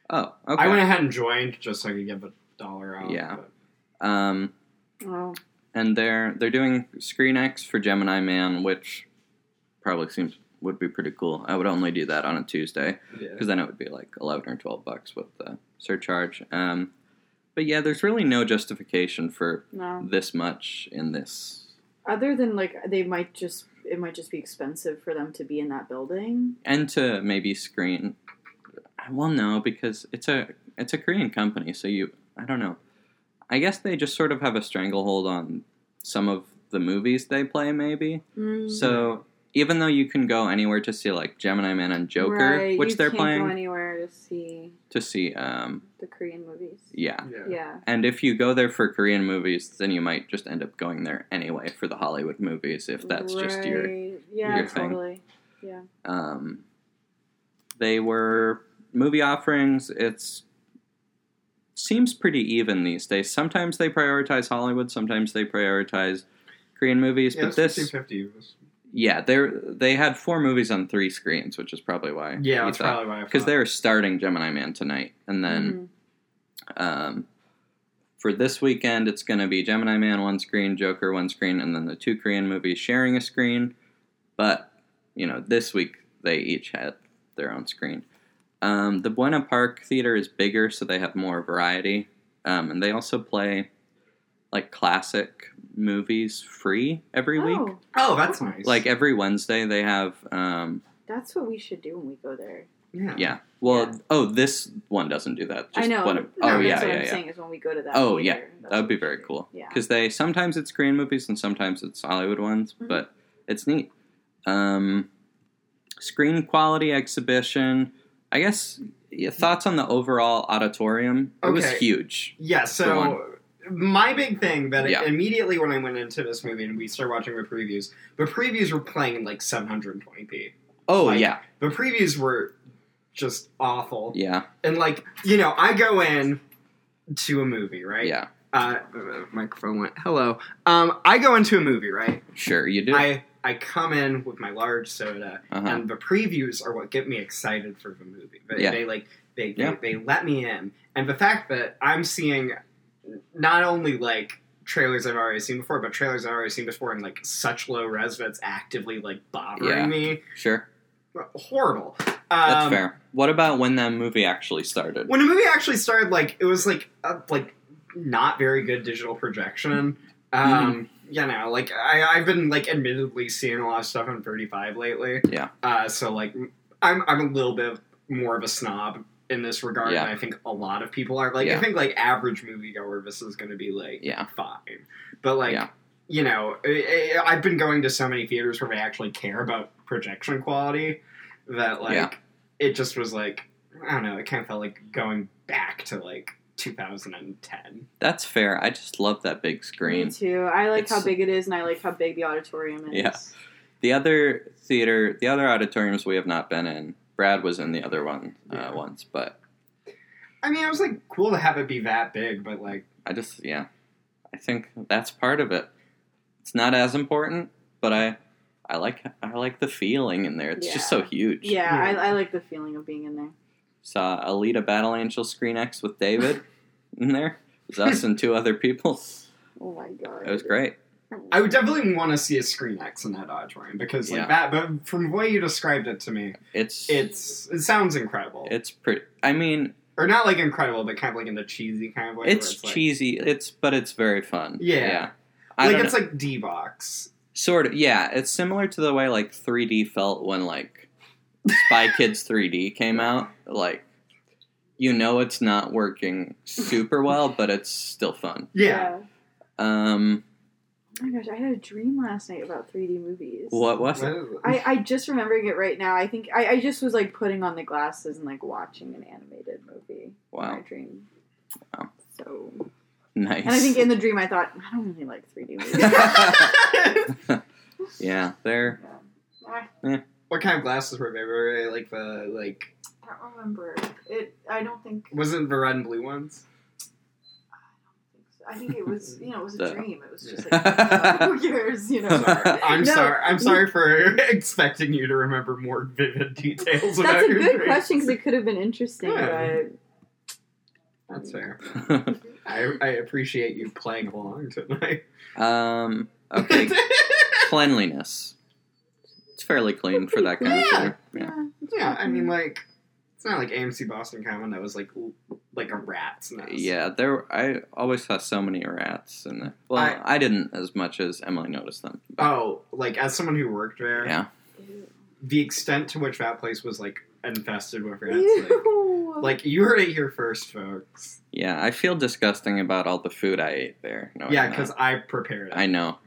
Speaker 1: Oh, okay.
Speaker 3: I went ahead and joined just so I could get a dollar off.
Speaker 1: Yeah.
Speaker 3: but-
Speaker 1: um,
Speaker 2: Oh,
Speaker 1: and they're they're doing Screen X for Gemini Man, which probably seems would be pretty cool. I would only do that on a Tuesday.
Speaker 3: yeah.
Speaker 1: because then it would be like 11 or 12 bucks with the surcharge um, but yeah there's really no justification for
Speaker 2: no.
Speaker 1: this much in this
Speaker 2: Other than like they might just it might just be expensive for them to be in that building.
Speaker 1: and to maybe screen well no because it's a it's a korean company so you i don't know i guess they just sort of have a stranglehold on some of the movies they play maybe
Speaker 2: Mm.
Speaker 1: so even though you can go anywhere to see like gemini man and joker
Speaker 2: Right,
Speaker 1: which
Speaker 2: you
Speaker 1: they're
Speaker 2: can't go
Speaker 1: playing
Speaker 2: anywhere to see
Speaker 1: to see um,
Speaker 2: the Korean movies.
Speaker 1: yeah
Speaker 3: Yeah.
Speaker 2: Yeah.
Speaker 1: And if you go there for Korean movies, then you might just end up going there anyway for the Hollywood movies if that's just your.
Speaker 2: Right. yeah,
Speaker 1: your thing.
Speaker 2: totally.
Speaker 1: Um, they were movie offerings. It's seems pretty even these days. Sometimes they prioritize Hollywood. Sometimes they prioritize Korean movies.
Speaker 3: Yeah,
Speaker 1: but this,
Speaker 3: 50
Speaker 1: yeah, they they had four movies on three screens, which is probably why.
Speaker 3: Yeah, that's probably why. I
Speaker 1: because
Speaker 3: thought.
Speaker 1: they were starting Gemini Man tonight, and then.
Speaker 2: Mhm.
Speaker 1: Um, for this weekend, it's going to be Gemini Man one screen, Joker one screen, and then the two Korean movies sharing a screen. But you know, this week they each had their own screen. Um, the Buena Park Theater is bigger, so they have more variety, um, and they also play like classic movies free every week.
Speaker 2: Oh,
Speaker 3: Oh, that's nice.
Speaker 1: Like every Wednesday, they have um,
Speaker 2: that's what we should do when we go there.
Speaker 3: yeah.
Speaker 1: yeah. Well,
Speaker 2: Yeah.
Speaker 1: oh, this one doesn't do that.
Speaker 2: I know.
Speaker 1: Buena-
Speaker 2: no,
Speaker 1: oh
Speaker 2: that's
Speaker 1: yeah,
Speaker 2: what
Speaker 1: yeah,
Speaker 2: I'm
Speaker 1: yeah.
Speaker 2: saying is when we go to that.
Speaker 1: Oh,
Speaker 2: theater, that's
Speaker 1: That
Speaker 2: what
Speaker 1: would be
Speaker 2: we
Speaker 1: very
Speaker 2: should do.
Speaker 1: cool.
Speaker 2: Yeah.
Speaker 1: Because they sometimes it's Korean movies and sometimes it's Hollywood ones,
Speaker 2: Mhm.
Speaker 1: but it's neat. Um, screen quality exhibition. I guess yeah, thoughts on the overall auditorium. It was
Speaker 3: Okay.
Speaker 1: huge.
Speaker 3: Yeah, so my big thing that
Speaker 1: Yeah.
Speaker 3: immediately when I went into this movie and we started watching the previews, the previews were playing in like 720p.
Speaker 1: Oh
Speaker 3: Like-
Speaker 1: yeah,
Speaker 3: The previews were just awful.
Speaker 1: yeah,
Speaker 3: And like, you know, I go in to a movie, right?
Speaker 1: yeah.
Speaker 3: Uh, uh, microphone went, hello. Um, I go into a movie, right?
Speaker 1: Sure, you do.
Speaker 3: I, I come in with my large soda,
Speaker 1: uh-huh.
Speaker 3: and Um, the previews are what get me excited for the movie. They,
Speaker 1: Yeah.
Speaker 3: they like they, they
Speaker 1: Yeah.
Speaker 3: they let me in, and the fact that I'm seeing not only like trailers I've already seen before, but trailers I've already seen before in like such low res that's actively like bothering
Speaker 1: Yeah.
Speaker 3: me.
Speaker 1: Sure,
Speaker 3: Horrible. Um,
Speaker 1: that's fair. What about when that movie actually started?
Speaker 3: When the movie actually started, like it was like a, like not very good digital projection.
Speaker 1: Mm-hmm.
Speaker 3: Um, You know, like I, I've been like admittedly seeing a lot of stuff on 35 lately.
Speaker 1: Yeah.
Speaker 3: Uh, so like I'm I'm a little bit more of a snob in this regard,
Speaker 1: Yeah.
Speaker 3: and I think a lot of people are. Like
Speaker 1: Yeah.
Speaker 3: I think like average moviegoer, this is going to be like
Speaker 1: Yeah.
Speaker 3: fine, but like.
Speaker 1: Yeah.
Speaker 3: You know, i i I've been going to so many theaters where they actually care about projection quality that like
Speaker 1: Yeah.
Speaker 3: it just was like I don't know, it kind of felt like going back to like 2010.
Speaker 1: That's fair. I just love that big screen.
Speaker 2: Me too. I like how
Speaker 1: It's-
Speaker 2: big it is, and I like how big the auditorium is.
Speaker 1: Yeah. The other theater, the other auditoriums we have not been in. Brad was in the other one uh,
Speaker 3: Yeah.
Speaker 1: once, but
Speaker 3: I mean, it was like cool to have it be that big, but like
Speaker 1: I just yeah, I think that's part of it. It's not as important, but I I like I like the feeling in there. It's just so huge.
Speaker 2: Yeah,
Speaker 3: Yeah.
Speaker 2: I, I like the feeling of being in there.
Speaker 1: Saw Alita Battle Angel Screen X with David in there. It was us and two other people.
Speaker 2: Oh my god.
Speaker 1: It was great.
Speaker 3: I would definitely want to see a Screen X in that auditorium because like
Speaker 1: Yeah.
Speaker 3: that. But from the way you described it to me,
Speaker 1: It's
Speaker 3: it's it sounds incredible,
Speaker 1: it's pretty. I mean,
Speaker 3: or not like incredible, but kind of like in the cheesy kind of way. where
Speaker 1: it's,
Speaker 3: like,
Speaker 1: cheesy. It's but it's very fun.
Speaker 3: Yeah.
Speaker 1: I
Speaker 3: like
Speaker 1: don't
Speaker 3: it's like D box.
Speaker 1: Sort of, yeah. It's similar to the way like 3D felt when like Spy Kids 3D came out. Like, you know, it's not working super well, but it's still fun.
Speaker 3: Yeah.
Speaker 1: Um,
Speaker 2: Oh my gosh, I had a dream last night about 3D movies.
Speaker 1: what was it?
Speaker 2: I, I just remembering it right now. I think I, I just was like putting on the glasses and like watching an animated movie. In my
Speaker 1: Wow,
Speaker 2: dream.
Speaker 1: Wow.
Speaker 2: So,
Speaker 1: nice.
Speaker 2: and I think in the dream I thought I don't really like 3D movies.
Speaker 1: think yeah, there.
Speaker 2: I
Speaker 3: what kind of glasses were they? Were they like the like
Speaker 2: don't remember it. I don't think.
Speaker 3: wasn't it the red and blue ones?
Speaker 2: I think it was you know it was
Speaker 1: The-
Speaker 2: a dream. It was just like
Speaker 1: like,
Speaker 2: who cares you know.
Speaker 1: Sorry.
Speaker 3: I'm
Speaker 2: No.
Speaker 3: sorry. I'm sorry for expecting you to remember more vivid details. about
Speaker 2: That's a
Speaker 3: your
Speaker 2: good
Speaker 3: dreams.
Speaker 2: question because it could have been interesting,
Speaker 3: Yeah.
Speaker 2: but
Speaker 3: That's fair. I, I appreciate you playing along tonight.
Speaker 1: um, okay, cleanliness. It's fairly clean for that kind
Speaker 3: Yeah.
Speaker 1: of thing.
Speaker 2: Yeah.
Speaker 1: Yeah.
Speaker 3: yeah, I mean, like, it's not like AMC Boston Common that was like l- like a rat's nest.
Speaker 1: Yeah, there. I always saw so many rats, and well, I,
Speaker 3: I-
Speaker 1: didn't as much as Emily noticed them. but-
Speaker 3: Oh, like as someone who worked there,
Speaker 1: yeah,
Speaker 3: the extent to which that place was like infested with rats. Like,
Speaker 2: Ew.
Speaker 3: like you heard it here first, folks.
Speaker 1: yeah. I feel disgusting about all the food I ate there. No,
Speaker 3: yeah, because I prepared it.
Speaker 1: I know.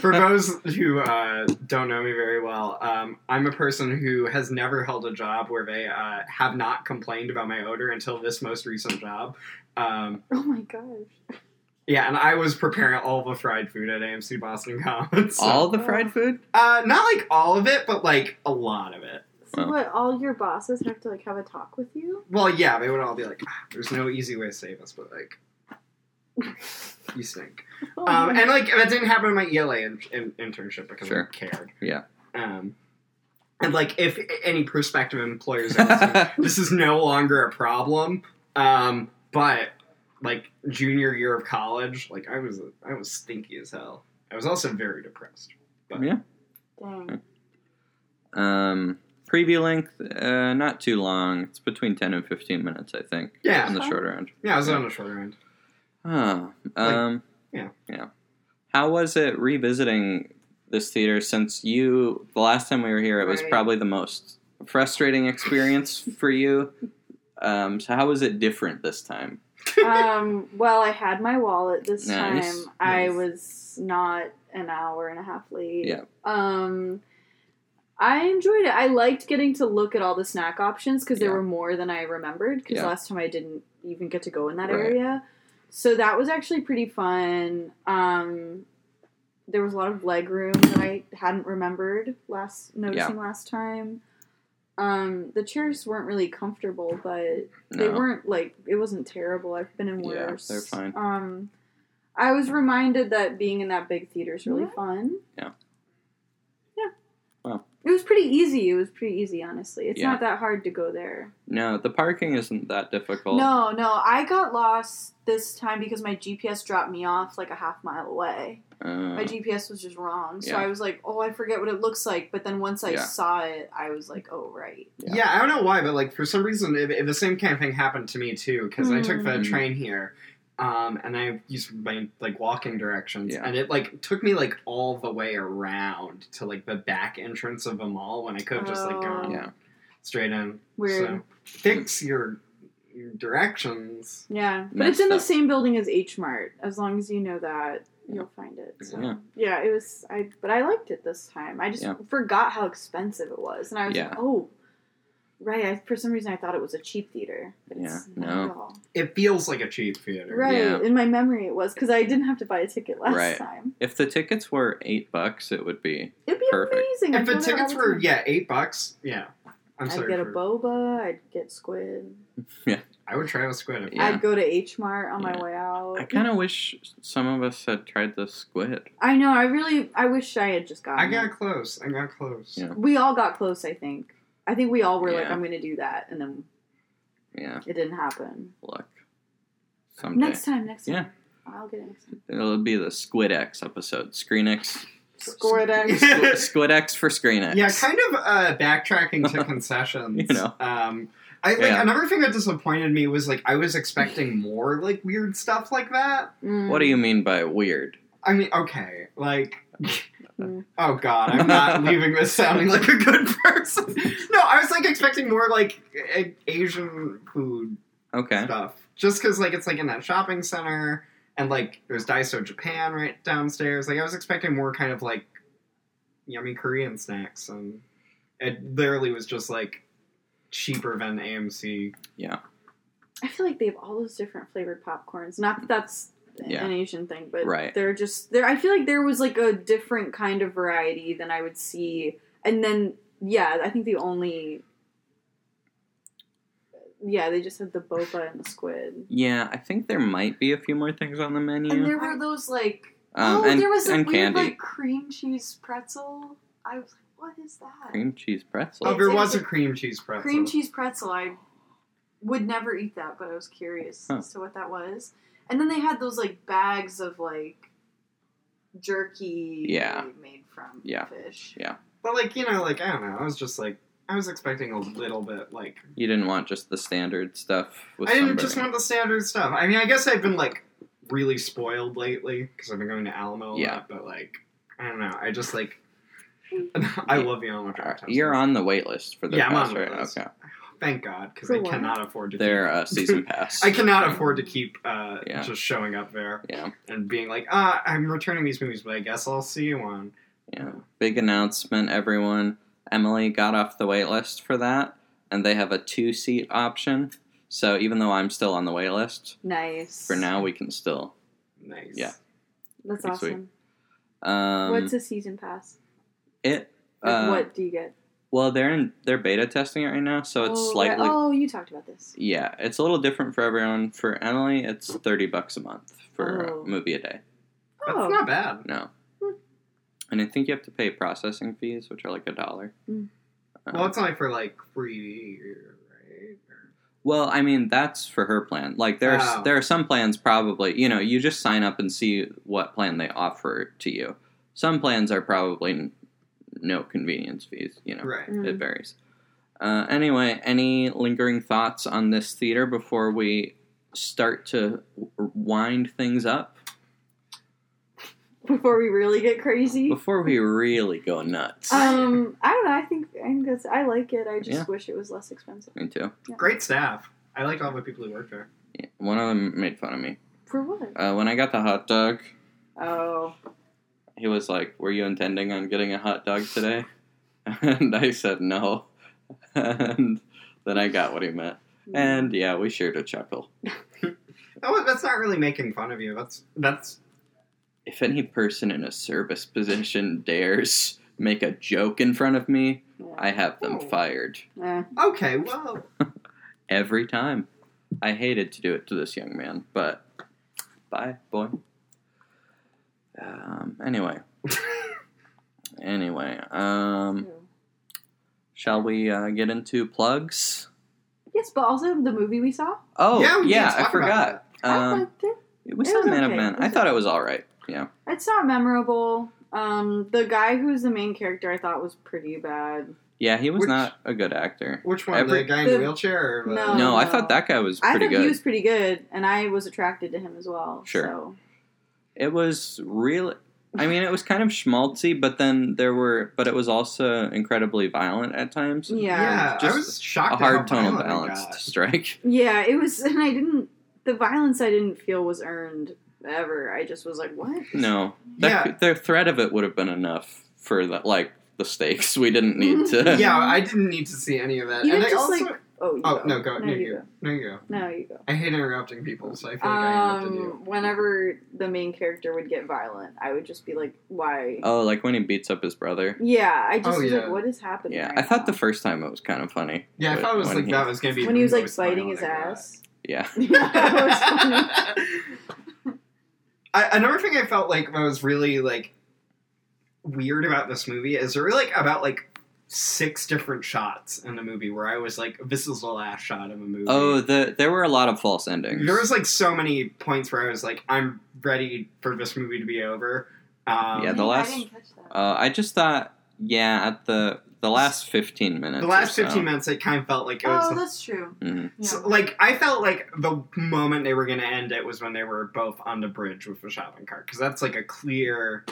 Speaker 3: For those who uh, don't know me very well, um, I'm a person who has never held a job where they uh, have not complained about my odor until this most recent job. Um,
Speaker 2: oh my gosh.
Speaker 3: yeah, and I was preparing all the fried food at AMC Boston Commons. so-
Speaker 1: all the fried food.
Speaker 3: uh, not like all of it, but like a lot of it.
Speaker 2: So
Speaker 1: Wow.
Speaker 2: what? All your bosses have to like have a talk with you?
Speaker 3: Well, yeah, they would all be like, "Ah, "There's no easy way to save us," but like, you stink.
Speaker 2: Oh
Speaker 3: Um,
Speaker 2: my-
Speaker 3: and like that didn't happen in my ELA in- in- internship because
Speaker 1: Sure.
Speaker 3: I cared.
Speaker 1: Yeah.
Speaker 3: Um, and like if any prospective employers, are listening, this is no longer a problem. Um, but like junior year of college, like I was I was stinky as hell. I was also very depressed.
Speaker 2: Dang.
Speaker 1: um, preview length, uh, not too long. It's between ten and fifteen minutes, I think.
Speaker 3: Yeah.
Speaker 1: on the shorter end.
Speaker 3: Yeah, I was on the shorter end.
Speaker 1: Huh. Um,
Speaker 3: yeah.
Speaker 1: yeah. How was it revisiting this theater since you the last time we were here? It was
Speaker 2: Right.
Speaker 1: probably the most frustrating experience for you. Um, so how was it different this time?
Speaker 2: um, well, I had my wallet this
Speaker 1: Nice.
Speaker 2: time. I
Speaker 3: Nice.
Speaker 2: was not an hour and a half late.
Speaker 1: Yeah.
Speaker 2: Um, I enjoyed it. I liked getting to look at all the snack options because there
Speaker 1: Yeah.
Speaker 2: were more than I remembered. Because
Speaker 1: Yeah.
Speaker 2: last time I didn't even get to go in that
Speaker 1: Right.
Speaker 2: area, so that was actually pretty fun. Um, there was a lot of leg room that I hadn't remembered last noticing last time. Um, the chairs weren't really comfortable, but they
Speaker 1: No.
Speaker 2: weren't like it wasn't terrible. I've been in
Speaker 1: Yeah,
Speaker 2: worse.
Speaker 1: they're fine.
Speaker 2: Um, I was reminded that being in that big theater is really fun.
Speaker 1: Yeah.
Speaker 2: Yeah.
Speaker 1: Wow.
Speaker 2: It was pretty easy. It was pretty easy, honestly. It's
Speaker 1: Yeah.
Speaker 2: not that hard to go there.
Speaker 1: No, the parking isn't that difficult.
Speaker 2: No, no. I got lost this time because my GPS dropped me off like a half mile away.
Speaker 1: Uh,
Speaker 2: My GPS was just wrong. So
Speaker 1: Yeah.
Speaker 2: I was like, oh, I forget what it looks like. But then once I
Speaker 1: Yeah.
Speaker 2: saw it, I was like, oh, right.
Speaker 1: Yeah.
Speaker 3: Yeah. I don't know why, but like for some reason, it, it- the same kind of thing happened to me too. Because I took the
Speaker 1: Mm.
Speaker 3: train here, um, and I used my like walking directions,
Speaker 1: Yeah.
Speaker 3: and it like took me like all the way around to like the back entrance of a mall when I could have just like gone
Speaker 1: Oh. Yeah.
Speaker 3: straight in.
Speaker 2: Weird.
Speaker 3: So fix your, your directions.
Speaker 2: Yeah. But
Speaker 1: Messed
Speaker 2: it's in the
Speaker 1: up.
Speaker 2: same building as H Mart. As long as you know that, you'll find it. So.
Speaker 1: Yeah.
Speaker 2: Yeah, it was. I but I liked it this time. I just
Speaker 1: Yeah.
Speaker 2: forgot how expensive it was, and I was
Speaker 1: Yeah.
Speaker 2: like, oh, right. I, for some reason, I thought it was a cheap theater. But it's
Speaker 1: Yeah,
Speaker 2: not
Speaker 1: no.
Speaker 2: at all.
Speaker 3: It feels like a cheap theater.
Speaker 2: Right.
Speaker 1: Yeah.
Speaker 2: In my memory, it was because I didn't have to buy a ticket last
Speaker 1: Right.
Speaker 2: time.
Speaker 1: If the tickets were eight bucks, it would be.
Speaker 2: It'd be
Speaker 1: Perfect.
Speaker 2: amazing. I'd
Speaker 3: If the
Speaker 2: go there all
Speaker 3: tickets
Speaker 2: the
Speaker 3: were
Speaker 2: time.
Speaker 3: yeah eight bucks, yeah, I'm
Speaker 2: I'd
Speaker 3: sorry.
Speaker 2: get a
Speaker 3: for-
Speaker 2: boba. I'd get squid.
Speaker 3: I would try a squid. If
Speaker 1: Yeah.
Speaker 2: I'd go to H Mart on
Speaker 1: Yeah.
Speaker 2: my way out.
Speaker 1: I kind of wish some of us had tried the squid.
Speaker 2: I know. I really. I wish I had just gotten.
Speaker 3: I
Speaker 2: it.
Speaker 3: got close. I got close.
Speaker 1: Yeah.
Speaker 2: We all got close. I think. I think we all were like,
Speaker 1: Yeah.
Speaker 2: "I'm going to do that," and then
Speaker 1: Yeah,
Speaker 2: it didn't happen.
Speaker 1: look. Someday.
Speaker 2: Next time, next
Speaker 1: Yeah.
Speaker 2: time. I'll get it next time.
Speaker 1: It'll be the Squid X episode. Screen X.
Speaker 2: Squid X.
Speaker 1: Squ- Squid X for Screen X.
Speaker 3: Yeah, kind of uh, backtracking to concessions.
Speaker 1: You know.
Speaker 3: um, I like
Speaker 1: Yeah.
Speaker 3: another thing that disappointed me was like I was expecting more like weird stuff like that.
Speaker 2: Mm.
Speaker 1: What do you mean by weird?
Speaker 3: I mean, okay, like.
Speaker 2: Mm.
Speaker 3: Oh God! I'm not leaving this sounding like a good person. No, I was like expecting more like a- Asian food
Speaker 1: Okay.
Speaker 3: stuff, just because like it's like in that shopping center, and like there's Daiso Japan right downstairs. Like I was expecting more kind of like yummy Korean snacks, and it literally was just like cheaper than AMC.
Speaker 2: I feel like they have all those different flavored popcorns. Not that that's
Speaker 1: Yeah.
Speaker 2: an Asian thing, but
Speaker 1: Right.
Speaker 2: they're just there. I feel like there was like a different kind of variety than I would see. And then yeah, I think the only yeah they just had the boba and the squid.
Speaker 1: Yeah, I think there might be a few more things on the menu.
Speaker 4: And there were those like
Speaker 1: um,
Speaker 4: oh,
Speaker 1: and,
Speaker 4: there was a
Speaker 1: and
Speaker 4: weird
Speaker 1: candy.
Speaker 4: like cream cheese pretzel. I was like, what is that?
Speaker 1: Cream cheese pretzel.
Speaker 3: Oh, there
Speaker 4: it's-
Speaker 3: was a
Speaker 4: it's-
Speaker 3: cream cheese pretzel.
Speaker 4: Cream cheese pretzel. I would never eat that, but I was curious
Speaker 1: Huh.
Speaker 4: as to what that was. And then they had those like bags of like jerky
Speaker 1: Yeah.
Speaker 4: made from
Speaker 1: Yeah.
Speaker 4: fish.
Speaker 3: but like you know, like I don't know. I was just like I was expecting a little bit like
Speaker 1: You didn't want just the standard stuff. With
Speaker 3: I didn't
Speaker 1: sunburn.
Speaker 3: just want the standard stuff. I mean, I guess I've been like really spoiled lately because I've been going to Alamo a
Speaker 1: Yeah.
Speaker 3: lot, but like I don't know. I just like I love the
Speaker 1: All
Speaker 3: Alamo
Speaker 1: right,
Speaker 3: Draft House.
Speaker 1: Uh, You're on the wait list for their
Speaker 3: Yeah, I'm
Speaker 1: pass,
Speaker 3: on the
Speaker 1: right?
Speaker 3: wait list.
Speaker 1: Okay.
Speaker 3: Thank God because
Speaker 2: For
Speaker 3: I
Speaker 2: what?
Speaker 3: cannot afford to.
Speaker 1: Their
Speaker 3: keep,
Speaker 1: uh, season pass.
Speaker 3: I cannot afford to keep uh,
Speaker 1: Yeah.
Speaker 3: just showing up there
Speaker 1: Yeah,
Speaker 3: and being like, ah, I'm returning these movies, but I guess I'll see you on.
Speaker 1: yeah. Big announcement, everyone. Emily got off the wait list for that, and they have a two seat option. So even though I'm still on the wait list,
Speaker 2: Nice
Speaker 1: for now we can still.
Speaker 3: Nice.
Speaker 1: Yeah.
Speaker 2: That's
Speaker 1: Pretty sweet.
Speaker 2: awesome.
Speaker 1: Um,
Speaker 2: What's a season pass?
Speaker 1: it?
Speaker 2: Like,
Speaker 1: uh,
Speaker 2: what do you get?
Speaker 1: Well, they're in they're beta testing it right now, so it's
Speaker 2: oh, right.
Speaker 1: slightly
Speaker 2: Oh, you talked about this.
Speaker 1: yeah, it's a little different for everyone. For Emily, it's thirty bucks a month for
Speaker 2: Oh.
Speaker 1: a movie a day.
Speaker 3: That's
Speaker 2: Oh.
Speaker 3: not bad.
Speaker 1: No,
Speaker 2: Hmm.
Speaker 1: and I think you have to pay processing fees, which are like a dollar.
Speaker 2: Mm.
Speaker 1: Um,
Speaker 3: Well, it's only for like free, right?
Speaker 1: Well, I mean, that's for her plan. Like there's
Speaker 3: Oh.
Speaker 1: there are some plans probably, you know, you just sign up and see what plan they offer to you. Some plans are probably n- no convenience fees, you know.
Speaker 3: Right.
Speaker 2: Mm.
Speaker 1: It varies. Uh, anyway, any lingering thoughts on this theater before we start to w- wind things up?
Speaker 2: Before we really get crazy.
Speaker 1: Before we really go nuts.
Speaker 2: Um, I don't know. I think I think that's I like it. I just
Speaker 1: Yeah.
Speaker 2: wish it was less expensive.
Speaker 1: Me too.
Speaker 3: Great staff. I liked all the people who worked there.
Speaker 1: Yeah, One of them made fun of me.
Speaker 2: For what?
Speaker 1: Uh, when I got the hot dog,
Speaker 2: Oh,
Speaker 1: he was like, "Were you intending on getting a hot dog today?" And I said no, and then I got what he meant. And yeah, we shared a chuckle.
Speaker 3: Oh, that's not really making fun of you. That's that's
Speaker 1: If any person in a service position dares make a joke in front of me,
Speaker 2: yeah.
Speaker 1: I have them
Speaker 3: Oh.
Speaker 1: fired
Speaker 2: Eh.
Speaker 3: okay. Well,
Speaker 1: every time. I hated to do it to this young man, but bye, boy. Um, anyway, anyway, um,
Speaker 2: Ew.
Speaker 1: Shall we uh, get into plugs?
Speaker 2: Yes, but also the movie we saw.
Speaker 1: Oh,
Speaker 3: Yeah,
Speaker 1: yeah,
Speaker 3: we didn't
Speaker 1: I
Speaker 3: talk about
Speaker 1: forgot.
Speaker 2: I
Speaker 1: Um,
Speaker 2: liked it.
Speaker 1: we
Speaker 2: It
Speaker 1: saw
Speaker 2: was
Speaker 1: Man
Speaker 2: okay.
Speaker 1: of Men.
Speaker 2: It
Speaker 1: I
Speaker 2: was
Speaker 1: thought it was all right. Yeah.
Speaker 2: It's not memorable. Um, the guy who's the main character I thought was pretty bad.
Speaker 1: Yeah, he was
Speaker 3: Which-
Speaker 1: not a good actor.
Speaker 3: Which one?
Speaker 1: Every-
Speaker 3: the guy in the
Speaker 2: the-
Speaker 3: wheelchair? Or the-
Speaker 2: No.
Speaker 1: No, I
Speaker 2: no.
Speaker 1: thought that guy was
Speaker 2: I
Speaker 1: pretty
Speaker 2: thought
Speaker 1: good.
Speaker 2: he was pretty good, and I was attracted to him as well.
Speaker 1: Sure.
Speaker 2: So.
Speaker 1: It was really. I mean, it was kind of schmaltzy, but then there were, but it was also incredibly violent at times.
Speaker 2: Yeah.
Speaker 3: Yeah, I
Speaker 1: Just
Speaker 3: was
Speaker 1: A
Speaker 3: shocked.
Speaker 1: hard
Speaker 3: at how
Speaker 1: tonal
Speaker 3: violent oh it
Speaker 1: balance
Speaker 3: got.
Speaker 1: to strike.
Speaker 2: Yeah, it was, and I didn't. The violence I didn't feel was earned ever. I just was like, what?
Speaker 1: No, that,
Speaker 3: Yeah.
Speaker 1: their threat of it would have been enough for the, like the stakes. We didn't need to.
Speaker 3: Mm-hmm. yeah, I didn't need to see any of that.
Speaker 2: Even
Speaker 3: and I
Speaker 2: just,
Speaker 3: also,
Speaker 2: like- Oh, you
Speaker 3: oh
Speaker 2: go.
Speaker 3: no, go no, you,
Speaker 2: you
Speaker 3: go. no you go.
Speaker 2: go. No, you go.
Speaker 3: I hate interrupting people, so I feel like I interrupted you.
Speaker 2: Um, whenever the main character would get violent, I would just be like, why?
Speaker 1: Oh, like when he beats up his brother.
Speaker 2: yeah, I just
Speaker 3: Oh,
Speaker 2: was
Speaker 3: yeah.
Speaker 2: like, what is happening?
Speaker 1: Yeah,
Speaker 2: right
Speaker 1: I thought the
Speaker 2: now?
Speaker 1: first time it was kind of funny.
Speaker 3: Yeah, if
Speaker 1: But
Speaker 3: I was
Speaker 1: when
Speaker 3: like
Speaker 1: he-
Speaker 3: that was gonna be
Speaker 2: when he was
Speaker 3: the
Speaker 2: like
Speaker 3: most
Speaker 2: biting
Speaker 3: violent
Speaker 2: his
Speaker 3: I got.
Speaker 2: ass.
Speaker 1: Yeah.
Speaker 2: Yeah, that was funny.
Speaker 3: I, another thing I felt like was really like weird about this movie is there were like about like six different shots in the movie where I was like, this is the last shot of a movie.
Speaker 1: Oh, the there were a lot of false endings.
Speaker 3: there was like so many points where I was like, I'm ready for this movie to be over. Um,
Speaker 1: Yeah, the
Speaker 4: I
Speaker 1: last-
Speaker 4: didn't catch that.
Speaker 1: Uh, I just thought, yeah, at the the last fifteen minutes.
Speaker 3: the last
Speaker 1: or so.
Speaker 3: fifteen minutes, it kind of felt like it was
Speaker 4: oh, that's true.
Speaker 1: Mhm.
Speaker 4: Yeah.
Speaker 3: So, like I felt like the moment they were going to end it was when they were both on the bridge with the shopping cart because that's like a clear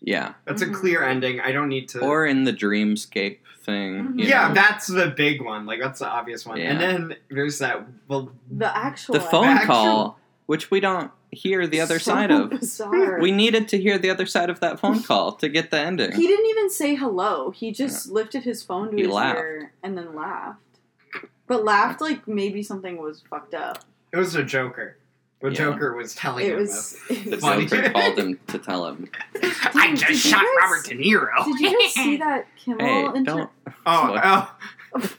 Speaker 1: Yeah,
Speaker 3: that's
Speaker 2: Mm-hmm.
Speaker 4: Mhm.
Speaker 3: a clear ending. I don't need to.
Speaker 1: or in the dreamscape thing.
Speaker 4: Mhm.
Speaker 1: you
Speaker 3: yeah,
Speaker 1: know.
Speaker 3: that's the big one. Like that's the obvious one. And
Speaker 1: Yeah.
Speaker 3: then there's that. Well,
Speaker 2: the actual
Speaker 1: the phone
Speaker 3: Action.
Speaker 1: call, which we don't hear the other
Speaker 2: so
Speaker 1: side of.
Speaker 2: Bizarre.
Speaker 1: We needed to hear the other side of that phone call to get the ending.
Speaker 2: He didn't even say hello. He just lifted his phone to
Speaker 1: He
Speaker 2: his
Speaker 1: laughed.
Speaker 2: ear and then laughed. But laughed like maybe something was fucked up.
Speaker 3: it was the Joker. The
Speaker 1: Yeah.
Speaker 3: Joker was telling
Speaker 2: It
Speaker 3: him
Speaker 2: was.
Speaker 1: the
Speaker 2: Did
Speaker 3: funny.
Speaker 1: Joker called him to tell him,
Speaker 3: this.
Speaker 2: Did- did you guys-
Speaker 3: Niro.
Speaker 2: you guys see that Kimmel
Speaker 1: "Hey,
Speaker 2: inter-
Speaker 1: don't."
Speaker 3: Oh, oh,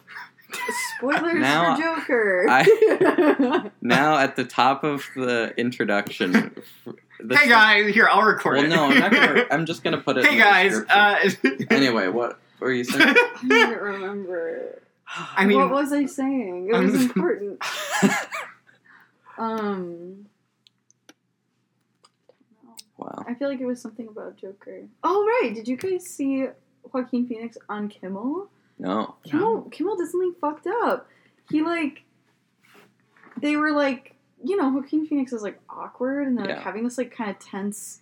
Speaker 2: spoilers
Speaker 1: Now-
Speaker 2: for Joker?
Speaker 1: Now at the top of the introduction. this-
Speaker 3: hey guys, here I'll record
Speaker 1: Well,
Speaker 3: it.
Speaker 1: no, I'm not gonna. I'm just gonna put it.
Speaker 3: hey
Speaker 1: in the
Speaker 3: guys,
Speaker 1: description.
Speaker 3: uh,
Speaker 1: anyway, what were you saying?
Speaker 2: I don't remember.
Speaker 3: I mean,
Speaker 2: what was I saying? It was
Speaker 3: I'm-
Speaker 2: important. Um,
Speaker 1: wow.
Speaker 2: I feel like it was something about Joker. Oh right, did you guys see Joaquin Phoenix on Kimmel?
Speaker 1: No.
Speaker 2: Kimmel Kimmel did something fucked up. He like they were like you know Joaquin Phoenix is like awkward and they're
Speaker 1: Yeah.
Speaker 2: like having this like kind of tense.